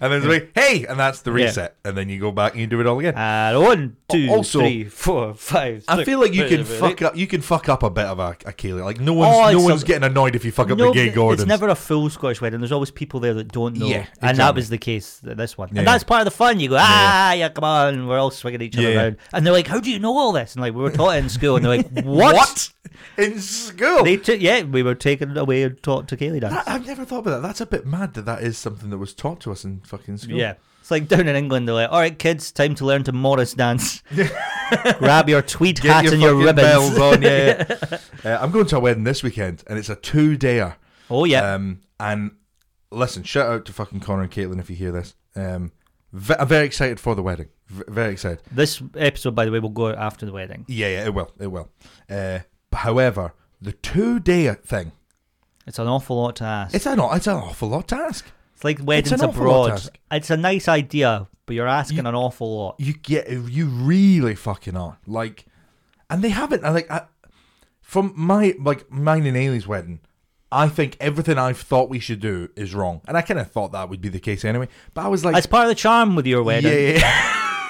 [SPEAKER 2] And then it's like, hey, and that's the
[SPEAKER 1] Yeah.
[SPEAKER 2] reset. And then you go back and you do it all again.
[SPEAKER 1] and one, two,
[SPEAKER 2] Also-
[SPEAKER 1] three, four, five,
[SPEAKER 2] I
[SPEAKER 1] six,
[SPEAKER 2] feel like you can
[SPEAKER 1] seven,
[SPEAKER 2] fuck
[SPEAKER 1] eight.
[SPEAKER 2] up. You can fuck up a bit of a, a Kaylee. Like no one's,
[SPEAKER 1] Oh,
[SPEAKER 2] no
[SPEAKER 1] it's
[SPEAKER 2] one's
[SPEAKER 1] a-
[SPEAKER 2] getting annoyed if you fuck up
[SPEAKER 1] No,
[SPEAKER 2] the gay
[SPEAKER 1] it's
[SPEAKER 2] Gordons.
[SPEAKER 1] never a full Scottish wedding. There's always people there that don't know,
[SPEAKER 2] Yeah,
[SPEAKER 1] and that
[SPEAKER 2] exactly.
[SPEAKER 1] was the case at this one.
[SPEAKER 2] Yeah.
[SPEAKER 1] And that's part of the fun. You go, ah, yeah, come on, we're all swinging each other
[SPEAKER 2] Yeah.
[SPEAKER 1] around, and they're like, "How do you know all this?" And like we were taught it in school, and they're like, "What?"
[SPEAKER 2] in school?
[SPEAKER 1] They took, yeah, we were taken away and taught to Kaylee dance.
[SPEAKER 2] That- I've never thought about that. That's a bit mad that that is something that was taught to us in fucking school.
[SPEAKER 1] Yeah. It's like down in England, they're like, all right, kids, time to learn to Morris dance. Grab your tweed
[SPEAKER 2] Get
[SPEAKER 1] hat
[SPEAKER 2] your
[SPEAKER 1] and your
[SPEAKER 2] fucking
[SPEAKER 1] ribbons.
[SPEAKER 2] bells on. Yeah. Uh, I'm going to a wedding this weekend, and it's a two-dayer.
[SPEAKER 1] Oh, yeah.
[SPEAKER 2] Um, and listen, shout out to fucking Connor and Caitlin if you hear this. Um, ve- I'm very excited for the wedding. V- very excited.
[SPEAKER 1] this episode, by the way, will go out after the wedding.
[SPEAKER 2] Yeah, yeah, it will. It will. Uh, however, the two-day thing.
[SPEAKER 1] It's an awful lot to ask. It's,
[SPEAKER 2] It's an aw- it's an awful lot to ask.
[SPEAKER 1] like weddings
[SPEAKER 2] an awful lot
[SPEAKER 1] abroad.
[SPEAKER 2] to ask.
[SPEAKER 1] It's a nice idea, but you're asking an awful lot.
[SPEAKER 2] You get you really fucking are like, and they haven't. I Like I, from my like mine and Ailey's wedding, I think everything I've thought we should do is wrong, and I kind of thought that would be the case anyway. But I was like,
[SPEAKER 1] That's part of the charm with your
[SPEAKER 2] yeah,
[SPEAKER 1] wedding,
[SPEAKER 2] yeah, yeah.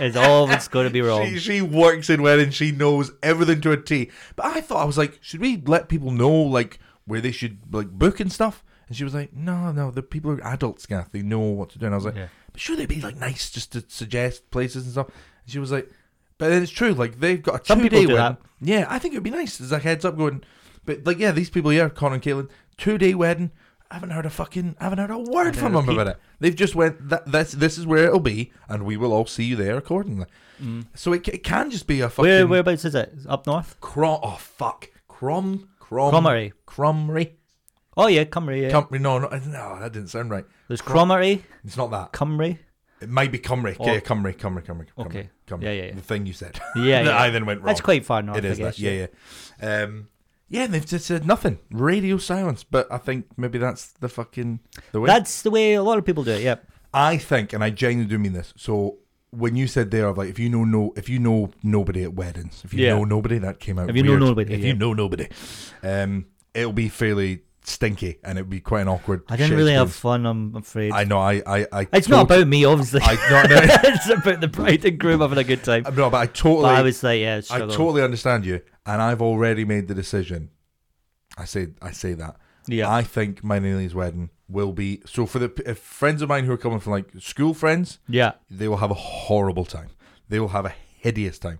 [SPEAKER 1] is all that's going to be wrong.
[SPEAKER 2] She, she works in weddings. She knows everything to a T. But I thought I was like, should we let people know like where they should like book and stuff? And she was like, no, no, the people are adults, Gath. They know what to do. And I was like,
[SPEAKER 1] Yeah.
[SPEAKER 2] but should they be like nice just to suggest places and stuff? And she was like, but then it's true. Like they've got a
[SPEAKER 1] Some
[SPEAKER 2] two
[SPEAKER 1] people
[SPEAKER 2] day
[SPEAKER 1] do
[SPEAKER 2] wedding.
[SPEAKER 1] that.
[SPEAKER 2] Yeah, I think it would be nice as a heads up going. But like, yeah, these people here, Connor and Caitlin, two day wedding. I haven't heard a fucking, I haven't heard a word from
[SPEAKER 1] heard a
[SPEAKER 2] them about
[SPEAKER 1] peep.
[SPEAKER 2] it. They've just went that this this is where it'll be, and we will all see you there accordingly. So it, ca- it can just be a fucking
[SPEAKER 1] Where, whereabouts is it? Up north?
[SPEAKER 2] Cro- oh fuck Crom Crom
[SPEAKER 1] Cromery.
[SPEAKER 2] Cromry
[SPEAKER 1] Oh, yeah, Cymru, yeah.
[SPEAKER 2] Cumry no no no that didn't sound right
[SPEAKER 1] There's Cromery,
[SPEAKER 2] it's not that
[SPEAKER 1] Cymru.
[SPEAKER 2] it might be Cumry
[SPEAKER 1] Or-
[SPEAKER 2] yeah Cumry Cumry Cumry Cumry,
[SPEAKER 1] Okay.
[SPEAKER 2] Cumry.
[SPEAKER 1] Yeah, yeah, yeah.
[SPEAKER 2] the thing you said
[SPEAKER 1] Yeah,
[SPEAKER 2] that
[SPEAKER 1] yeah.
[SPEAKER 2] I then went wrong
[SPEAKER 1] That's quite far north,
[SPEAKER 2] it is
[SPEAKER 1] I guess.
[SPEAKER 2] that yeah yeah um yeah they've just said nothing radio silence but I think maybe that's the fucking the way
[SPEAKER 1] That's the way a lot of people do it, yeah.
[SPEAKER 2] I think, and I genuinely do mean this. So when you said there of like if you know no if you know nobody at weddings, if you
[SPEAKER 1] Yeah.
[SPEAKER 2] know nobody, that came out.
[SPEAKER 1] If you know
[SPEAKER 2] weird.
[SPEAKER 1] nobody,
[SPEAKER 2] if
[SPEAKER 1] yeah.
[SPEAKER 2] you know nobody, um, it'll be fairly stinky and it'll be quite an awkward.
[SPEAKER 1] I didn't
[SPEAKER 2] shit
[SPEAKER 1] really have
[SPEAKER 2] experience.
[SPEAKER 1] fun, I'm afraid.
[SPEAKER 2] I know. I. I. I
[SPEAKER 1] It's not
[SPEAKER 2] tot-
[SPEAKER 1] about me, obviously.
[SPEAKER 2] I no, no,
[SPEAKER 1] it's about the bride and groom having a good time.
[SPEAKER 2] no, but I totally.
[SPEAKER 1] But I was like, yeah,
[SPEAKER 2] I
[SPEAKER 1] struggle.
[SPEAKER 2] totally understand you, and I've already made the decision. I say. I say that.
[SPEAKER 1] yeah.
[SPEAKER 2] I think my Neely's wedding will be so for the p- if friends of mine who are coming from like school friends.
[SPEAKER 1] yeah.
[SPEAKER 2] they will have a horrible time. They will have a hideous time.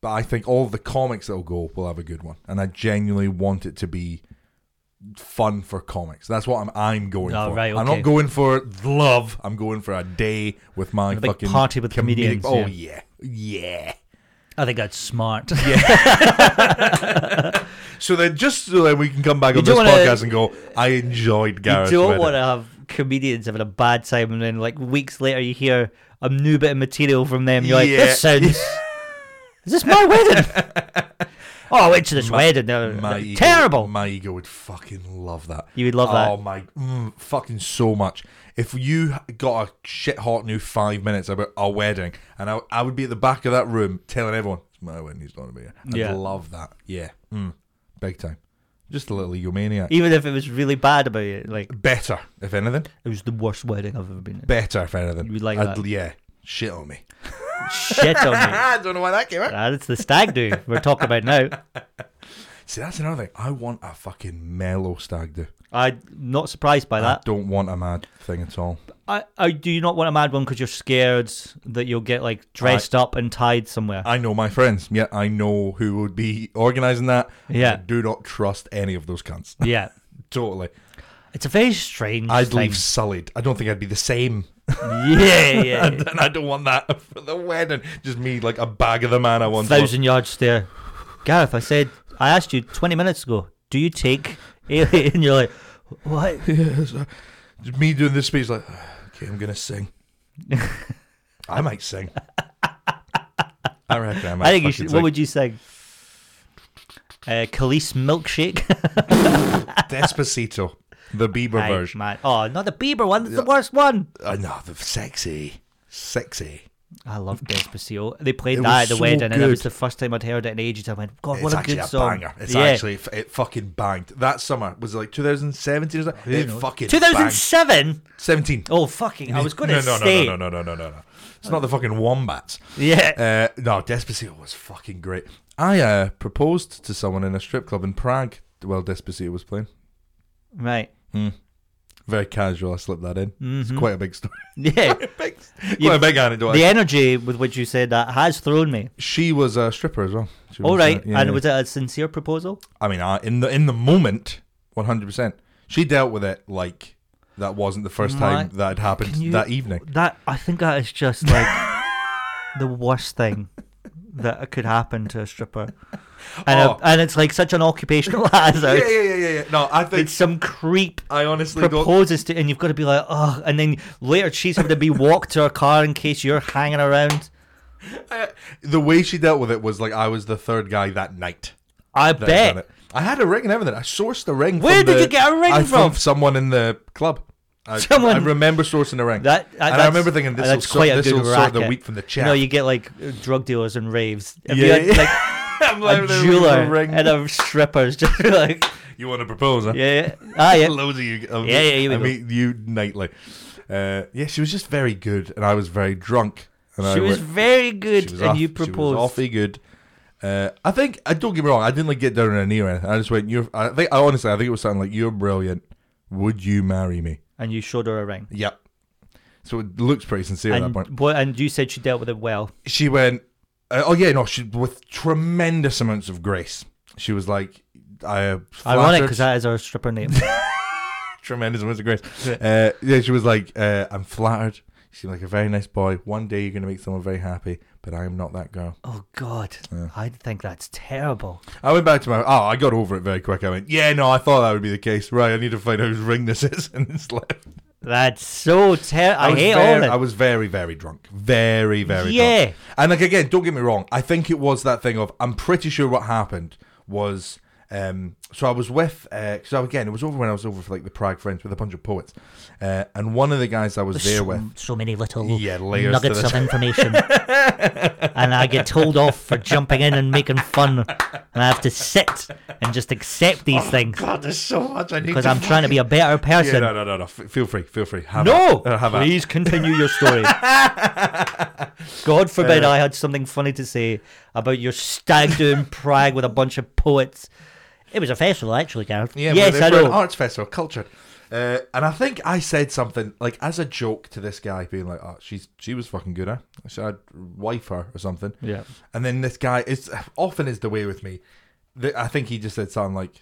[SPEAKER 2] But I think all the comics that will go will have a good one. And I genuinely want it to be fun for comics. That's what I'm I'm going
[SPEAKER 1] Oh,
[SPEAKER 2] for.
[SPEAKER 1] right,
[SPEAKER 2] I'm
[SPEAKER 1] okay.
[SPEAKER 2] not going for love. I'm going for a day with my
[SPEAKER 1] And a big
[SPEAKER 2] fucking
[SPEAKER 1] party with comedians,
[SPEAKER 2] Oh yeah. Yeah.
[SPEAKER 1] I think that's smart.
[SPEAKER 2] So then just so then we can come back
[SPEAKER 1] You
[SPEAKER 2] on this
[SPEAKER 1] don't wanna-
[SPEAKER 2] podcast and go, I enjoyed
[SPEAKER 1] you
[SPEAKER 2] Gareth.
[SPEAKER 1] don't want to have comedians having a bad time and then, like, weeks later you hear, a new bit of material from them. You're like,
[SPEAKER 2] Yeah.
[SPEAKER 1] this sounds. Is this my wedding? oh, I went to this wedding. They're-
[SPEAKER 2] My
[SPEAKER 1] they're
[SPEAKER 2] ego-
[SPEAKER 1] terrible.
[SPEAKER 2] My ego would fucking love that.
[SPEAKER 1] You would love
[SPEAKER 2] oh
[SPEAKER 1] that.
[SPEAKER 2] my, mm, fucking so much. If you got a shit hot new five minutes about a wedding, and I, I would be at the back of that room telling everyone, it's my wedding, he's not going to be here. I'd
[SPEAKER 1] Yeah.
[SPEAKER 2] love that. Yeah. Mm, big time. Just a little egomaniac.
[SPEAKER 1] Even if it was really bad about it, like
[SPEAKER 2] Better, if anything.
[SPEAKER 1] it was the worst wedding I've ever been in.
[SPEAKER 2] Better, if anything.
[SPEAKER 1] You would like
[SPEAKER 2] I'd-
[SPEAKER 1] that.
[SPEAKER 2] Yeah. Shit on me. Ah,
[SPEAKER 1] Shit on me.
[SPEAKER 2] I don't know why that came out.
[SPEAKER 1] That's the stag do we're talking about now.
[SPEAKER 2] See, that's another thing. I want a fucking mellow stag do.
[SPEAKER 1] I'm not surprised by
[SPEAKER 2] I
[SPEAKER 1] that.
[SPEAKER 2] don't want a mad thing at all.
[SPEAKER 1] I, I do you not want a mad one because you're scared that you'll get like dressed up and tied somewhere.
[SPEAKER 2] I know my friends. Yeah, I know who would be organising that.
[SPEAKER 1] Yeah.
[SPEAKER 2] I do not trust any of those cunts.
[SPEAKER 1] yeah,
[SPEAKER 2] totally.
[SPEAKER 1] it's a very strange.
[SPEAKER 2] I'd
[SPEAKER 1] thing.
[SPEAKER 2] leave sullied. I don't think I'd be the same.
[SPEAKER 1] Yeah, yeah.
[SPEAKER 2] and, and I don't want that for the wedding. Just me, like a bag of the man I once was.
[SPEAKER 1] thousand yard stare. Gareth, I said, I asked you 20 minutes ago, do you take alien? And you're like, what?
[SPEAKER 2] Yes, uh, just me doing this speech, like, okay, I'm gonna sing. I might sing. I reckon I might.
[SPEAKER 1] I think you
[SPEAKER 2] fucking
[SPEAKER 1] should.
[SPEAKER 2] Sing.
[SPEAKER 1] What would you sing? Uh, Khalees milkshake.
[SPEAKER 2] Despacito, the Bieber
[SPEAKER 1] Aye,
[SPEAKER 2] version.
[SPEAKER 1] man. Oh, not the Bieber one. That's the worst one.
[SPEAKER 2] I know the sexy, sexy.
[SPEAKER 1] I love Despacito. They played
[SPEAKER 2] It
[SPEAKER 1] that
[SPEAKER 2] was
[SPEAKER 1] at the
[SPEAKER 2] so
[SPEAKER 1] wedding, and it was
[SPEAKER 2] good.
[SPEAKER 1] the first time I'd heard it in ages. I went, God,
[SPEAKER 2] it's
[SPEAKER 1] what a
[SPEAKER 2] actually
[SPEAKER 1] good
[SPEAKER 2] a
[SPEAKER 1] song.
[SPEAKER 2] banger. It's actually it fucking banged. That summer was it like 2017 or something. It
[SPEAKER 1] knows?
[SPEAKER 2] fucking
[SPEAKER 1] 2007.
[SPEAKER 2] banged. 17.
[SPEAKER 1] Oh fucking! I was going to
[SPEAKER 2] no, no,
[SPEAKER 1] say.
[SPEAKER 2] no, no, no, no, no, no, no. It's not the fucking wombats.
[SPEAKER 1] Yeah.
[SPEAKER 2] Uh, no, Despacito was fucking great. I uh, proposed to someone in a strip club in Prague while Despacito was playing.
[SPEAKER 1] Right.
[SPEAKER 2] Very casual. I slipped that in. It's quite a big story.
[SPEAKER 1] Yeah.
[SPEAKER 2] big,
[SPEAKER 1] You-
[SPEAKER 2] quite a big anecdote.
[SPEAKER 1] Mm-hmm. the energy with which you said that has thrown me.
[SPEAKER 2] she was a stripper as well. She
[SPEAKER 1] All
[SPEAKER 2] was,
[SPEAKER 1] right,
[SPEAKER 2] uh, yeah,
[SPEAKER 1] and
[SPEAKER 2] yeah.
[SPEAKER 1] was it a sincere proposal?
[SPEAKER 2] I mean, I, in the in the moment, one hundred percent. She dealt with it like that wasn't the first
[SPEAKER 1] My-
[SPEAKER 2] time that had happened
[SPEAKER 1] Can you-
[SPEAKER 2] that evening.
[SPEAKER 1] That I think that is just like the worst thing that could happen to a stripper, and
[SPEAKER 2] Oh.
[SPEAKER 1] a, and it's like such an occupational hazard.
[SPEAKER 2] yeah, yeah, yeah, yeah. No, I
[SPEAKER 1] It's
[SPEAKER 2] think
[SPEAKER 1] some creep
[SPEAKER 2] I honestly don't.
[SPEAKER 1] proposes to, and you've got to be like, oh, and then later she's having to be walked to her car in case you're hanging around.
[SPEAKER 2] The way she dealt with it was like I was the third guy that night.
[SPEAKER 1] I
[SPEAKER 2] That had done
[SPEAKER 1] bet.
[SPEAKER 2] it. I had a ring and everything. I sourced a ring.
[SPEAKER 1] Where
[SPEAKER 2] from
[SPEAKER 1] did
[SPEAKER 2] the-
[SPEAKER 1] you get a ring
[SPEAKER 2] I,
[SPEAKER 1] from?
[SPEAKER 2] someone in the club. I,
[SPEAKER 1] Someone-
[SPEAKER 2] I remember sourcing a ring.
[SPEAKER 1] That,
[SPEAKER 2] and I
[SPEAKER 1] that's-
[SPEAKER 2] remember thinking this will
[SPEAKER 1] that's
[SPEAKER 2] sort,
[SPEAKER 1] quite a
[SPEAKER 2] this
[SPEAKER 1] good
[SPEAKER 2] will sort the
[SPEAKER 1] racket.
[SPEAKER 2] wheat from the
[SPEAKER 1] You
[SPEAKER 2] chaff.
[SPEAKER 1] know, you get like drug dealers and raves. If
[SPEAKER 2] Yeah,
[SPEAKER 1] you had, like
[SPEAKER 2] I'm
[SPEAKER 1] a
[SPEAKER 2] like, there was
[SPEAKER 1] jeweler
[SPEAKER 2] ring.
[SPEAKER 1] and a stripper's just like,
[SPEAKER 2] You want to propose? Huh?
[SPEAKER 1] yeah, yeah, ah, yeah.
[SPEAKER 2] loads of you. Of
[SPEAKER 1] Yeah, yeah, here we
[SPEAKER 2] I
[SPEAKER 1] go.
[SPEAKER 2] meet you nightly. Uh, yeah, she was just very good, and I was very drunk. And I
[SPEAKER 1] She was
[SPEAKER 2] went-
[SPEAKER 1] very good,
[SPEAKER 2] she was
[SPEAKER 1] and
[SPEAKER 2] off-
[SPEAKER 1] you
[SPEAKER 2] She was
[SPEAKER 1] proposed.
[SPEAKER 2] awfully good. Uh, I think I don't get me wrong. I didn't like get down on her knee or anything. I just went. You're. I think. I honestly. I think it was something like, "You're brilliant. Would you marry me?"
[SPEAKER 1] and you showed her a ring.
[SPEAKER 2] Yep. So it looks pretty sincere at that
[SPEAKER 1] And
[SPEAKER 2] point.
[SPEAKER 1] what? And you said she dealt with it well.
[SPEAKER 2] She went. Uh, oh yeah, no. She with tremendous amounts of grace. She was like, "I." uh,
[SPEAKER 1] Ironic
[SPEAKER 2] flattered-
[SPEAKER 1] because that is her stripper name.
[SPEAKER 2] tremendous amount of grace. Uh, yeah, she was like, uh, I'm flattered. You seem like a very nice boy. One day you're going to make someone very happy, but I'm not that girl.
[SPEAKER 1] oh God, I think that's terrible.
[SPEAKER 2] I went back to my. Oh, I got over it very quick. I went, yeah, no, I thought that would be the case. Right, I need to find out whose ring this is. And it's left.
[SPEAKER 1] That's so terrible. I,
[SPEAKER 2] was
[SPEAKER 1] hate
[SPEAKER 2] very,
[SPEAKER 1] all
[SPEAKER 2] I
[SPEAKER 1] of it.
[SPEAKER 2] was very, very drunk. Very, very
[SPEAKER 1] Yeah.
[SPEAKER 2] drunk. And like, again, don't get me wrong. I think it was that thing of, I'm pretty sure what happened was. Um, so I was with, uh, so again, it was over when I was over for like the Prague Friends with a bunch of poets, uh, and one of the guys I was there
[SPEAKER 1] so,
[SPEAKER 2] with,
[SPEAKER 1] so many little
[SPEAKER 2] Yeah, layers to
[SPEAKER 1] nuggets
[SPEAKER 2] this.
[SPEAKER 1] of information, and I get told off for jumping in and making fun, and I have to sit and just accept these things
[SPEAKER 2] Oh, God, there's so much I need
[SPEAKER 1] because I'm trying to be a better person.
[SPEAKER 2] Yeah, no, no, no, no. F- feel free, feel free. Have
[SPEAKER 1] No,
[SPEAKER 2] at- uh, have at.
[SPEAKER 1] please continue your story. God
[SPEAKER 2] Uh,
[SPEAKER 1] forbid I had something funny to say about your stag do in Prague with a bunch of poets. It was a festival, actually, Gareth.
[SPEAKER 2] Yeah,
[SPEAKER 1] yes,
[SPEAKER 2] we're there
[SPEAKER 1] I
[SPEAKER 2] for an
[SPEAKER 1] know.
[SPEAKER 2] arts festival, cultured. Uh, and I think I said something like as a joke to this guy, being like, "Oh, she's she was fucking good, huh? I should I'd wife her or something."
[SPEAKER 1] Yeah.
[SPEAKER 2] And then this guy is often is the way with me. The, I think he just said something like,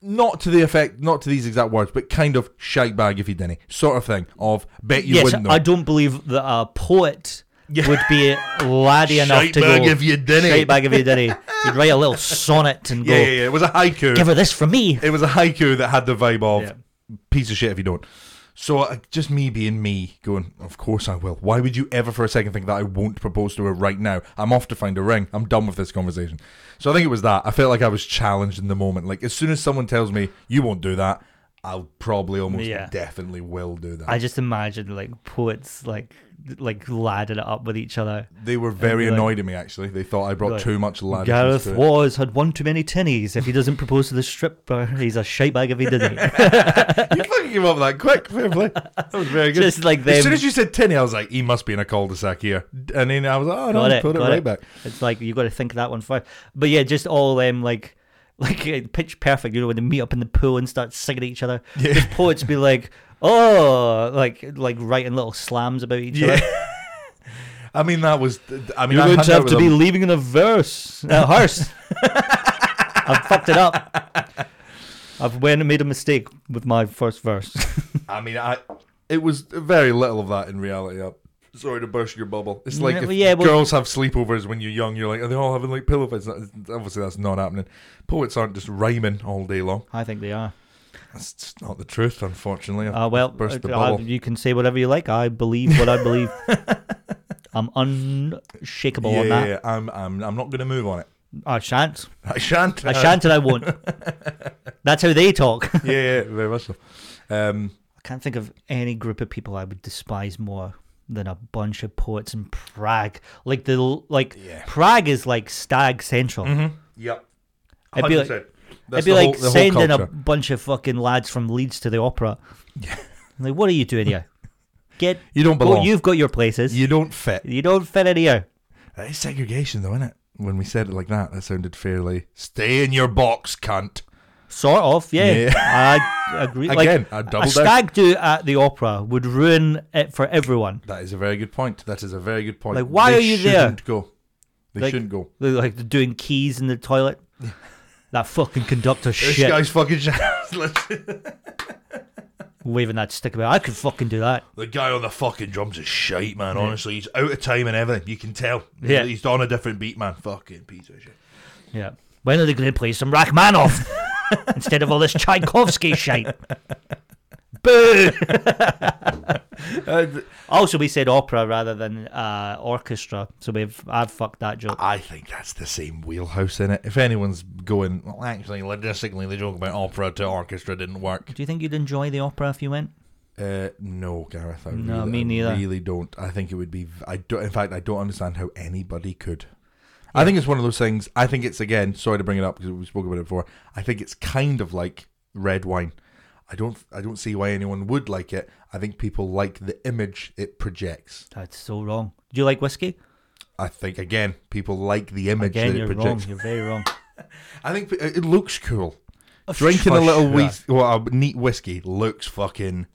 [SPEAKER 2] not to the effect, not to these exact words, but kind of shite bag if you didn't, sort of thing. Of bet you
[SPEAKER 1] yes,
[SPEAKER 2] wouldn't. though."
[SPEAKER 1] I don't believe that a poet
[SPEAKER 2] Yeah.
[SPEAKER 1] would be laddie enough to
[SPEAKER 2] Shitebag
[SPEAKER 1] go.
[SPEAKER 2] if you didn't.
[SPEAKER 1] Shitebag if you didn't. You'd write a little sonnet and
[SPEAKER 2] yeah,
[SPEAKER 1] go,
[SPEAKER 2] yeah, yeah. It was a haiku.
[SPEAKER 1] give her this for me.
[SPEAKER 2] It was a haiku that had the vibe of
[SPEAKER 1] Yeah.
[SPEAKER 2] piece of shit if you don't. So uh, just me being me, going, of course I will. Why would you ever for a second think that I won't propose to her right now? I'm off to find a ring. I'm done with this conversation. So I think it was that. I felt like I was challenged in the moment. Like as soon as someone tells me you won't do that, I'll probably almost
[SPEAKER 1] Yeah.
[SPEAKER 2] definitely will do that.
[SPEAKER 1] I just imagine like poets like like ladding it up with each other.
[SPEAKER 2] they were very
[SPEAKER 1] I'd be like-
[SPEAKER 2] annoyed at me actually. They thought I brought
[SPEAKER 1] Like,
[SPEAKER 2] too much latitude.
[SPEAKER 1] Gareth
[SPEAKER 2] to it.
[SPEAKER 1] Wars had one too many tinnies. If he doesn't propose to the stripper, he's a shitebag if he didn't.
[SPEAKER 2] You fucking came up with that quick. Fair play. That was very good.
[SPEAKER 1] Just like
[SPEAKER 2] As soon
[SPEAKER 1] them-
[SPEAKER 2] as you said tinny, I was like, he must be in a cul-de-sac here. And then I was like, oh no,
[SPEAKER 1] Got
[SPEAKER 2] just
[SPEAKER 1] it,
[SPEAKER 2] put it
[SPEAKER 1] got
[SPEAKER 2] right
[SPEAKER 1] it.
[SPEAKER 2] back.
[SPEAKER 1] It's like you got to think that one first. But yeah, just all them like like uh, pitch perfect. You know when they meet up in the pool and start singing at each other.
[SPEAKER 2] Yeah.
[SPEAKER 1] Just poets be like, oh, like like writing little slams about each
[SPEAKER 2] Yeah.
[SPEAKER 1] other.
[SPEAKER 2] I mean, that was. I mean,
[SPEAKER 1] You're
[SPEAKER 2] I
[SPEAKER 1] going
[SPEAKER 2] hung
[SPEAKER 1] to
[SPEAKER 2] out
[SPEAKER 1] have
[SPEAKER 2] with
[SPEAKER 1] to be
[SPEAKER 2] them.
[SPEAKER 1] leaving in a verse, a hearse. I've fucked it up. I've went made a mistake with my first verse.
[SPEAKER 2] I mean, I. It was very little of that in reality. Up. Sorry to burst your bubble. It's like
[SPEAKER 1] Yeah,
[SPEAKER 2] if
[SPEAKER 1] well, yeah, well-
[SPEAKER 2] girls have sleepovers when you're young. You're like, are they all having like pillow fights? That- Obviously, that's not happening. Poets aren't just rhyming all day long.
[SPEAKER 1] I think they are.
[SPEAKER 2] That's just not the truth, unfortunately. I've
[SPEAKER 1] Uh, well,
[SPEAKER 2] burst the
[SPEAKER 1] uh, I-
[SPEAKER 2] bubble.
[SPEAKER 1] you can say whatever you like. I believe what I believe. I'm unshakable
[SPEAKER 2] yeah,
[SPEAKER 1] on that.
[SPEAKER 2] yeah, yeah. I'm, I'm, I'm not going to move on it.
[SPEAKER 1] I shan't.
[SPEAKER 2] I shan't.
[SPEAKER 1] I shan't and I won't. That's how they talk. I
[SPEAKER 2] yeah, yeah, very much so. Um,
[SPEAKER 1] can't think of any group of people I would despise more than a bunch of poets in Prague. Like the like
[SPEAKER 2] Yeah. Mm,
[SPEAKER 1] Prague is like stag central.
[SPEAKER 2] Yep.
[SPEAKER 1] I'd be like-
[SPEAKER 2] 100%.
[SPEAKER 1] It'd
[SPEAKER 2] That's
[SPEAKER 1] be
[SPEAKER 2] the whole-
[SPEAKER 1] like
[SPEAKER 2] the whole
[SPEAKER 1] sending a
[SPEAKER 2] culture.
[SPEAKER 1] bunch of fucking lads from Leeds to the opera. Yeah. Like, what are you doing here? Get
[SPEAKER 2] You don't
[SPEAKER 1] go-
[SPEAKER 2] belong. you,
[SPEAKER 1] you've got your places. You,
[SPEAKER 2] don't fit.
[SPEAKER 1] don't fit in here.
[SPEAKER 2] That is segregation, though, isn't it? When we said it like that, that sounded fairly. Stay in your box, cunt.
[SPEAKER 1] Sort of, yeah.
[SPEAKER 2] Yeah.
[SPEAKER 1] I agree.
[SPEAKER 2] Again,
[SPEAKER 1] like,
[SPEAKER 2] I
[SPEAKER 1] a
[SPEAKER 2] double down.
[SPEAKER 1] stag do at the opera would ruin it for everyone.
[SPEAKER 2] That is a very good point. That is a very good point.
[SPEAKER 1] Like, why
[SPEAKER 2] They
[SPEAKER 1] are you there?
[SPEAKER 2] shouldn't Go. They
[SPEAKER 1] Like,
[SPEAKER 2] shouldn't go.
[SPEAKER 1] They're like they're doing keys in the toilet. that fucking conductor
[SPEAKER 2] This
[SPEAKER 1] shit
[SPEAKER 2] guy's fucking. the
[SPEAKER 1] waving that stick about. I could fucking do that.
[SPEAKER 2] guy on the fucking drums is shite, man. Honestly, he's out of time and everything. You can tell.
[SPEAKER 1] Yeah.
[SPEAKER 2] he's on a different beat, man. Fucking piece of shit.
[SPEAKER 1] Yeah. When are they going to play some Rachmaninoff instead of all this Tchaikovsky shit? Boo!
[SPEAKER 2] Uh,
[SPEAKER 1] also, Oh, we said opera rather than uh, orchestra, so we've I've fucked that joke.
[SPEAKER 2] I think that's the same wheelhouse in it. If anyone's going, well, actually, logistically, the joke about opera to orchestra didn't work.
[SPEAKER 1] Do you think you'd enjoy the opera if you went?
[SPEAKER 2] Uh, no, Gareth. I
[SPEAKER 1] No,
[SPEAKER 2] really,
[SPEAKER 1] me
[SPEAKER 2] I
[SPEAKER 1] neither.
[SPEAKER 2] really don't. I think it would be. v- I don't. In fact, I don't understand how anybody could. I think it's one of those things. I think it's again. Sorry to bring it up because we spoke about it before. I think it's kind of like red wine. I don't. I don't see why anyone would like it. I think people like the image it projects.
[SPEAKER 1] That's so wrong. Do you like whiskey?
[SPEAKER 2] I think again, people like the image
[SPEAKER 1] Again,
[SPEAKER 2] that it
[SPEAKER 1] you're wrong.
[SPEAKER 2] projects.
[SPEAKER 1] You're very wrong.
[SPEAKER 2] I think p- it looks cool. Drinking a
[SPEAKER 1] for
[SPEAKER 2] little
[SPEAKER 1] sure.
[SPEAKER 2] whis- well, a neat whiskey looks fucking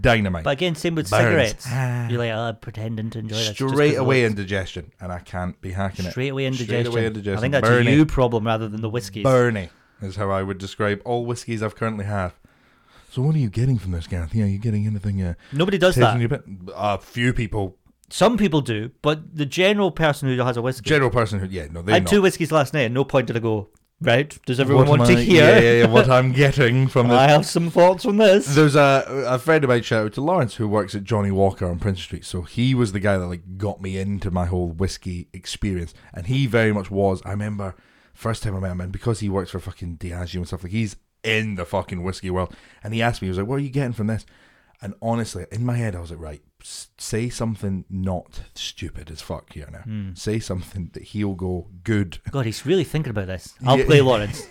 [SPEAKER 2] dynamite.
[SPEAKER 1] But again, same with
[SPEAKER 2] Burns.
[SPEAKER 1] cigarettes.
[SPEAKER 2] Ah.
[SPEAKER 1] You're like, oh, pretending to enjoy this. just 'cause
[SPEAKER 2] straight
[SPEAKER 1] it
[SPEAKER 2] away
[SPEAKER 1] looks-
[SPEAKER 2] indigestion, and I can't be hacking it.
[SPEAKER 1] Straight away indigestion.
[SPEAKER 2] Straight away indigestion.
[SPEAKER 1] I think that's
[SPEAKER 2] Bernie.
[SPEAKER 1] a you problem rather than the whiskies.
[SPEAKER 2] Bernie is how I would describe all whiskies I've currently had. So what are you getting from this, Gareth? Yeah, are you getting anything? Uh,
[SPEAKER 1] Nobody does
[SPEAKER 2] tasting
[SPEAKER 1] that.
[SPEAKER 2] your bit? A few people,
[SPEAKER 1] Some people do, but the general person who has a whiskey.
[SPEAKER 2] general person who, yeah, no, they
[SPEAKER 1] I had
[SPEAKER 2] not.
[SPEAKER 1] two whiskeys last night. At no point did I go. Right? Does everyone
[SPEAKER 2] What
[SPEAKER 1] want
[SPEAKER 2] am
[SPEAKER 1] to
[SPEAKER 2] I-
[SPEAKER 1] hear?
[SPEAKER 2] Yeah, yeah, yeah, what I'm getting from this
[SPEAKER 1] I have some thoughts on this.
[SPEAKER 2] There's a a friend of mine shout out to Lawrence who works at Johnny Walker on Prince Street. So he was the guy that like got me into my whole whiskey experience, and he very much was. I remember first time I met him, and because he works for fucking Diageo and stuff like, he's in the fucking whiskey world. And he asked me, he was like, "What are you getting from this?" And honestly, in my head, I was like, "Right, s- say something not stupid as fuck here now. Say something that he'll go good."
[SPEAKER 1] God, he's really thinking about this. I'll
[SPEAKER 2] Yeah.
[SPEAKER 1] play Lawrence.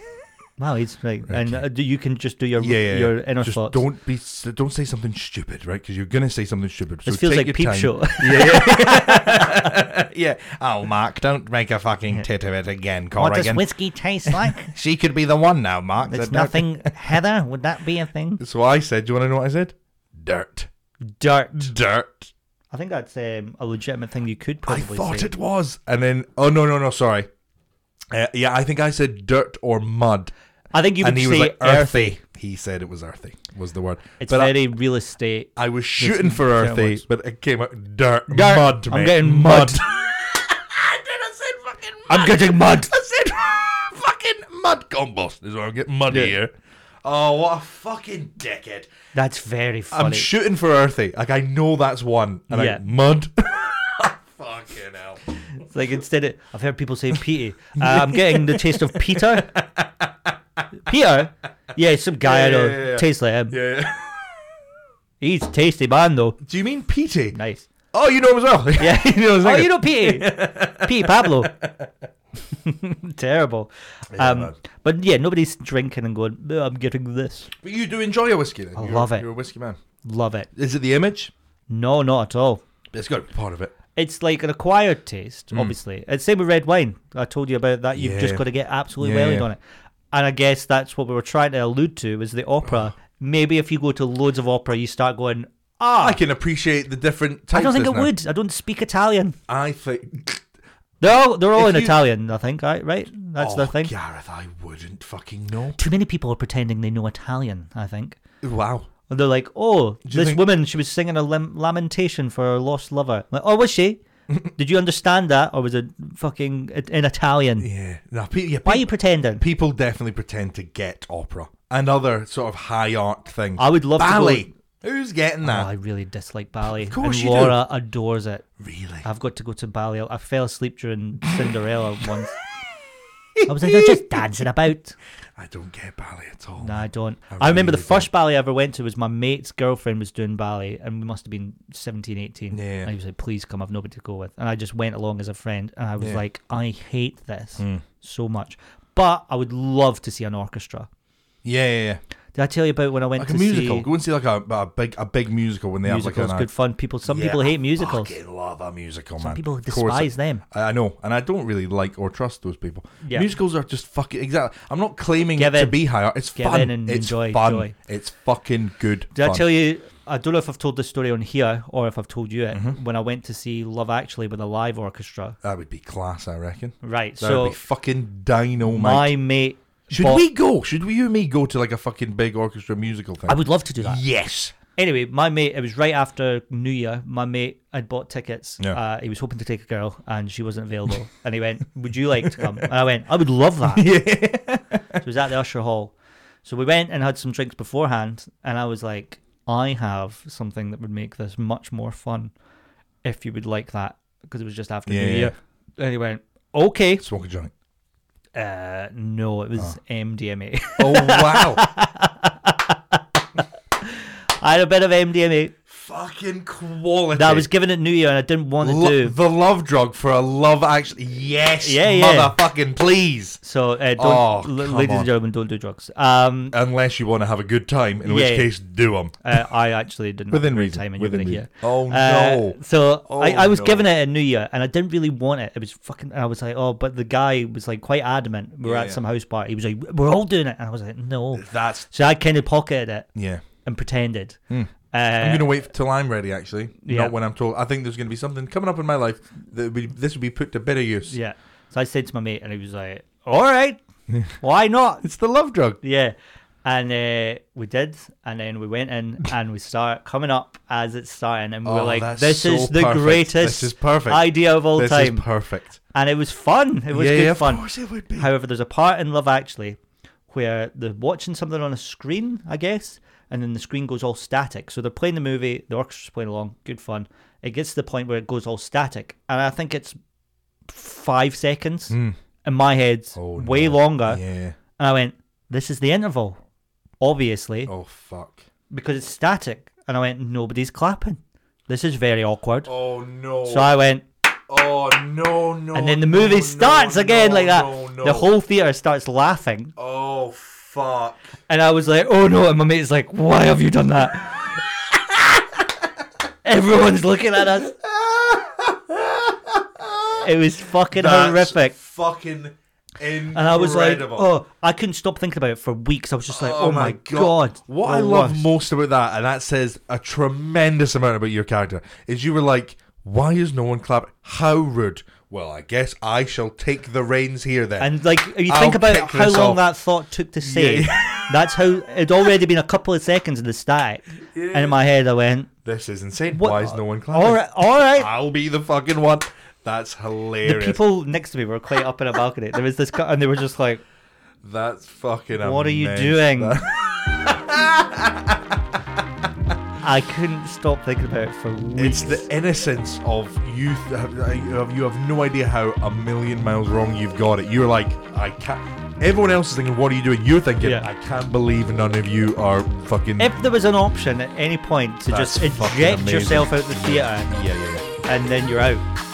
[SPEAKER 1] Wow, he's right. And uh, do- you can just do your
[SPEAKER 2] Yeah, yeah,
[SPEAKER 1] your
[SPEAKER 2] yeah.
[SPEAKER 1] inner
[SPEAKER 2] Just
[SPEAKER 1] thoughts.
[SPEAKER 2] don't be, s- don't say something stupid, right? Because you're gonna say something stupid.
[SPEAKER 1] this
[SPEAKER 2] so
[SPEAKER 1] feels like
[SPEAKER 2] take your
[SPEAKER 1] peep
[SPEAKER 2] time.
[SPEAKER 1] show.
[SPEAKER 2] yeah. yeah. Oh, Mark, don't make a fucking tit of it again,
[SPEAKER 1] what does
[SPEAKER 2] Corrigan.
[SPEAKER 1] whiskey taste like?
[SPEAKER 2] she could be the one now, Mark.
[SPEAKER 1] It's
[SPEAKER 2] That's
[SPEAKER 1] nothing. Heather, would that be a thing?
[SPEAKER 2] So I said, do you want to know what I said? Dirt.
[SPEAKER 1] Dirt.
[SPEAKER 2] Dirt.
[SPEAKER 1] I think that's um, a legitimate thing you could
[SPEAKER 2] I
[SPEAKER 1] probably.
[SPEAKER 2] thought
[SPEAKER 1] say.
[SPEAKER 2] it was. And then, oh, no, no, no, sorry. Uh, yeah, I think I said dirt or mud.
[SPEAKER 1] I think you would
[SPEAKER 2] and he
[SPEAKER 1] say
[SPEAKER 2] was like,
[SPEAKER 1] earth.
[SPEAKER 2] earthy. He said it was earthy, was the word.
[SPEAKER 1] It's
[SPEAKER 2] but I-
[SPEAKER 1] very real estate.
[SPEAKER 2] I, was shooting for
[SPEAKER 1] certain
[SPEAKER 2] earthy,
[SPEAKER 1] words.
[SPEAKER 2] but it came out dirt,
[SPEAKER 1] Dirt.
[SPEAKER 2] mud,
[SPEAKER 1] I'm
[SPEAKER 2] mate.
[SPEAKER 1] getting mud.
[SPEAKER 2] I did, I said fucking mud.
[SPEAKER 1] I'm getting mud.
[SPEAKER 2] I said fucking mud compost is what I'm getting mud here. Oh, what a fucking dickhead!
[SPEAKER 1] That's very
[SPEAKER 2] I'm
[SPEAKER 1] funny.
[SPEAKER 2] shooting for Earthy. Like I know that's one, and
[SPEAKER 1] Yeah.
[SPEAKER 2] I mud. fucking hell!
[SPEAKER 1] It's like instead of, I've heard people say Petey. Uh, I'm getting the taste of Peter. Peter? Yeah, it's some guy I
[SPEAKER 2] Yeah,
[SPEAKER 1] know.
[SPEAKER 2] yeah, yeah, yeah.
[SPEAKER 1] Tastes like him.
[SPEAKER 2] Yeah. yeah.
[SPEAKER 1] He's a tasty man though.
[SPEAKER 2] Do you mean Petey?
[SPEAKER 1] Nice.
[SPEAKER 2] Oh, you know him as well.
[SPEAKER 1] Yeah.
[SPEAKER 2] you know him as
[SPEAKER 1] Oh,
[SPEAKER 2] well.
[SPEAKER 1] you know Petey. Petey Pablo. Terrible.
[SPEAKER 2] Yeah,
[SPEAKER 1] um,
[SPEAKER 2] man.
[SPEAKER 1] but yeah, nobody's drinking and going, "No, I'm getting this.
[SPEAKER 2] But you do enjoy a whiskey. Then. I
[SPEAKER 1] love it.
[SPEAKER 2] You're a whiskey man.
[SPEAKER 1] Love it.
[SPEAKER 2] Is it the image?
[SPEAKER 1] No, not at all.
[SPEAKER 2] It's got to be part of it.
[SPEAKER 1] It's like an acquired taste, obviously. It's same with red wine. I told you about that. You've just
[SPEAKER 2] Hmm. Yeah.
[SPEAKER 1] got to get absolutely
[SPEAKER 2] Yeah,
[SPEAKER 1] wellied
[SPEAKER 2] yeah.
[SPEAKER 1] on it. And I guess that's what we were trying to allude to is the opera. Maybe if you go to loads of opera, you start going, ah,
[SPEAKER 2] I can appreciate the different
[SPEAKER 1] I
[SPEAKER 2] types.
[SPEAKER 1] don't think
[SPEAKER 2] of
[SPEAKER 1] it
[SPEAKER 2] this
[SPEAKER 1] would.
[SPEAKER 2] now.
[SPEAKER 1] I don't speak Italian.
[SPEAKER 2] I think.
[SPEAKER 1] They're all, they're all
[SPEAKER 2] If
[SPEAKER 1] in
[SPEAKER 2] you-
[SPEAKER 1] Italian, I think, right? right? That's
[SPEAKER 2] oh,
[SPEAKER 1] the thing.
[SPEAKER 2] Gareth, I wouldn't fucking know.
[SPEAKER 1] Too many people are pretending they know Italian, I think.
[SPEAKER 2] Wow.
[SPEAKER 1] And they're like, oh,
[SPEAKER 2] you
[SPEAKER 1] this
[SPEAKER 2] think-
[SPEAKER 1] woman, she was singing a lam- lamentation for her lost lover. Like, oh, was she? Did you understand that? Or was it fucking it- in Italian?
[SPEAKER 2] Yeah. Nah, pe- yeah
[SPEAKER 1] Why are
[SPEAKER 2] pe-
[SPEAKER 1] you pretending?
[SPEAKER 2] people definitely pretend to get opera and other sort of high art things.
[SPEAKER 1] I would love
[SPEAKER 2] Ballet.
[SPEAKER 1] to go.
[SPEAKER 2] Who's getting
[SPEAKER 1] Oh,
[SPEAKER 2] that?
[SPEAKER 1] I really dislike ballet. Of
[SPEAKER 2] course
[SPEAKER 1] and
[SPEAKER 2] you do.
[SPEAKER 1] Laura adores it.
[SPEAKER 2] Really?
[SPEAKER 1] I've got to go to ballet. I fell asleep during Cinderella once. I was like, they're just dancing about.
[SPEAKER 2] I don't get ballet at all.
[SPEAKER 1] No, I don't. I,
[SPEAKER 2] I
[SPEAKER 1] remember the
[SPEAKER 2] really
[SPEAKER 1] 1st ballet I ever went to was my mate's girlfriend was doing ballet, and we must have been 17, 18.
[SPEAKER 2] Yeah.
[SPEAKER 1] And he was like, please come, I've nobody to go with. And I just went along as a friend, and I was
[SPEAKER 2] Yeah. Hmm.
[SPEAKER 1] like, I hate this so much. But I would love to see an orchestra.
[SPEAKER 2] Yeah, yeah, yeah.
[SPEAKER 1] Did I tell you about when I went
[SPEAKER 2] Like
[SPEAKER 1] to
[SPEAKER 2] a musical.
[SPEAKER 1] see
[SPEAKER 2] Go and see like a, a big a big musical when they
[SPEAKER 1] musicals?
[SPEAKER 2] have like an.
[SPEAKER 1] good fun. People, some
[SPEAKER 2] Yeah,
[SPEAKER 1] people
[SPEAKER 2] I
[SPEAKER 1] hate musicals.
[SPEAKER 2] fucking love a musical,
[SPEAKER 1] Some
[SPEAKER 2] man.
[SPEAKER 1] people
[SPEAKER 2] Of course I-
[SPEAKER 1] despise them.
[SPEAKER 2] I I know, and I don't really like or trust those people.
[SPEAKER 1] Yeah.
[SPEAKER 2] Musicals are just fucking exactly. I'm not claiming
[SPEAKER 1] Give
[SPEAKER 2] it to
[SPEAKER 1] in.
[SPEAKER 2] be high art. It's
[SPEAKER 1] Give
[SPEAKER 2] fun.
[SPEAKER 1] in and
[SPEAKER 2] it's
[SPEAKER 1] enjoy,
[SPEAKER 2] fun.
[SPEAKER 1] joy.
[SPEAKER 2] It's fucking good.
[SPEAKER 1] Did
[SPEAKER 2] fun.
[SPEAKER 1] I tell you? I don't know if I've told this story on here or if I've told you it. When I went to see Love Actually with a live orchestra.
[SPEAKER 2] That would be class, I reckon.
[SPEAKER 1] Right.
[SPEAKER 2] That would
[SPEAKER 1] so
[SPEAKER 2] be fucking dynamite.
[SPEAKER 1] oh my mate.
[SPEAKER 2] Should
[SPEAKER 1] bought-
[SPEAKER 2] we go? Should we, you and me go to like a fucking big orchestra musical thing?
[SPEAKER 1] I would love to do that.
[SPEAKER 2] yes.
[SPEAKER 1] Anyway, my mate. It was right after New Year. My mate had bought tickets.
[SPEAKER 2] Yeah.
[SPEAKER 1] Uh, he was hoping to take a girl, and she wasn't available. and he went, "Would you like to come?" And I went, "I would love that."
[SPEAKER 2] Yeah.
[SPEAKER 1] So it was at the Usher Hall. So we went and had some drinks beforehand, and I was like, I have something that would make this much more fun if you would like that, because it was just after
[SPEAKER 2] Yeah,
[SPEAKER 1] New
[SPEAKER 2] yeah.
[SPEAKER 1] Year. And he went, Okay.
[SPEAKER 2] Smoke a joint.
[SPEAKER 1] Uh, no, it was MDMA.
[SPEAKER 2] Oh wow!
[SPEAKER 1] I had a bit of MDMA
[SPEAKER 2] fucking quality.
[SPEAKER 1] that I was given at New Year and I didn't want to
[SPEAKER 2] Lo-
[SPEAKER 1] do.
[SPEAKER 2] the love drug for a love actually. Yes.
[SPEAKER 1] Yeah, yeah.
[SPEAKER 2] Motherfucking please.
[SPEAKER 1] So, uh, don't,
[SPEAKER 2] Oh,
[SPEAKER 1] l-
[SPEAKER 2] come
[SPEAKER 1] ladies
[SPEAKER 2] on.
[SPEAKER 1] and gentlemen, don't do drugs. Um,
[SPEAKER 2] Unless you want to have a good time, in
[SPEAKER 1] Yeah.
[SPEAKER 2] which case, do them
[SPEAKER 1] uh, I actually didn't have
[SPEAKER 2] within
[SPEAKER 1] a great
[SPEAKER 2] reason.
[SPEAKER 1] time, and you're
[SPEAKER 2] within
[SPEAKER 1] going to hear.
[SPEAKER 2] reason. Oh
[SPEAKER 1] Uh,
[SPEAKER 2] no!
[SPEAKER 1] So I,
[SPEAKER 2] Oh,
[SPEAKER 1] I was
[SPEAKER 2] no.
[SPEAKER 1] given it a New Year, and I didn't really want it. It was fucking. And I was like, oh, but the guy was like quite adamant. We were
[SPEAKER 2] Yeah,
[SPEAKER 1] at
[SPEAKER 2] yeah.
[SPEAKER 1] some house party. He was like, we're all doing it, and I was like, no.
[SPEAKER 2] That's
[SPEAKER 1] So I kind of pocketed it
[SPEAKER 2] yeah. Hmm.
[SPEAKER 1] and pretended.
[SPEAKER 2] I'm
[SPEAKER 1] Uh,
[SPEAKER 2] gonna wait till I'm ready. Actually,
[SPEAKER 1] yeah.
[SPEAKER 2] not when I'm told. I think there's gonna be something coming up in my life that would be, this would be put to better use.
[SPEAKER 1] yeah. So I said to my mate, and he was like, all right, why not?
[SPEAKER 2] It's the love drug.
[SPEAKER 1] Yeah. And uh, we did, and then we went in, and we start coming up as it's starting, and we were
[SPEAKER 2] Oh,
[SPEAKER 1] like,
[SPEAKER 2] that's
[SPEAKER 1] "This
[SPEAKER 2] so
[SPEAKER 1] is the
[SPEAKER 2] perfect.
[SPEAKER 1] greatest
[SPEAKER 2] This is perfect.
[SPEAKER 1] idea of all
[SPEAKER 2] this
[SPEAKER 1] time,"
[SPEAKER 2] is perfect.
[SPEAKER 1] and it was fun. It was
[SPEAKER 2] yeah,
[SPEAKER 1] good
[SPEAKER 2] yeah,
[SPEAKER 1] fun.
[SPEAKER 2] Of course it would be.
[SPEAKER 1] However, there's a part in Love Actually where they're watching something on a screen, I guess, and then the screen goes all static. So they're playing the movie, the orchestra's playing along, good fun. It gets to the point where it goes all static, and I think it's five seconds in my head,
[SPEAKER 2] Hmm. Oh,
[SPEAKER 1] way
[SPEAKER 2] no.
[SPEAKER 1] longer.
[SPEAKER 2] yeah.
[SPEAKER 1] And I went, "This is the interval, obviously,
[SPEAKER 2] Oh fuck.
[SPEAKER 1] because it's static." And I went, "Nobody's clapping. This is very awkward."
[SPEAKER 2] Oh no.
[SPEAKER 1] So I went,
[SPEAKER 2] oh no no.
[SPEAKER 1] and then the movie starts again like that. The whole theater starts laughing.
[SPEAKER 2] Oh fuck.
[SPEAKER 1] And I was like, oh no. And my mate's like, why have you done that? Everyone's looking at us. It was fucking horrific.
[SPEAKER 2] Fucking incredible.
[SPEAKER 1] And I was like, oh, I couldn't stop thinking about it for weeks. I was just like, oh, my God. Oh,
[SPEAKER 2] What
[SPEAKER 1] the
[SPEAKER 2] I love
[SPEAKER 1] worst.
[SPEAKER 2] most about that, and that says a tremendous amount about your character, is you were like, why is no one clapping? How rude. Well, I guess I shall take the reins here then.
[SPEAKER 1] And like, if you
[SPEAKER 2] I'll
[SPEAKER 1] think about
[SPEAKER 2] kick
[SPEAKER 1] how
[SPEAKER 2] this
[SPEAKER 1] long
[SPEAKER 2] off.
[SPEAKER 1] that thought took to say, that's how it'd already been a couple of seconds in the static. And in my head, I went,
[SPEAKER 2] this is insane.
[SPEAKER 1] What-
[SPEAKER 2] Why is no one clapping? Ah,
[SPEAKER 1] all right, all right.
[SPEAKER 2] I'll be the fucking one. That's hilarious.
[SPEAKER 1] People next to me were quite up in a balcony. There was this, cu- and they were just like,
[SPEAKER 2] That's fucking
[SPEAKER 1] What are you
[SPEAKER 2] immense.
[SPEAKER 1] doing?
[SPEAKER 2] That-
[SPEAKER 1] I couldn't stop thinking about it for
[SPEAKER 2] It's
[SPEAKER 1] weeks.
[SPEAKER 2] the innocence of you. th- you have- You have no idea how a million miles wrong you've got it. You're like, I can't. Everyone else is thinking, "What are you doing?" You're thinking,
[SPEAKER 1] Yeah.
[SPEAKER 2] "I can't believe none of you are fucking."
[SPEAKER 1] if there was an option at any point to just
[SPEAKER 2] That's fucking
[SPEAKER 1] eject
[SPEAKER 2] amazing.
[SPEAKER 1] yourself out the theatre
[SPEAKER 2] yeah, yeah, yeah.
[SPEAKER 1] and then you're out,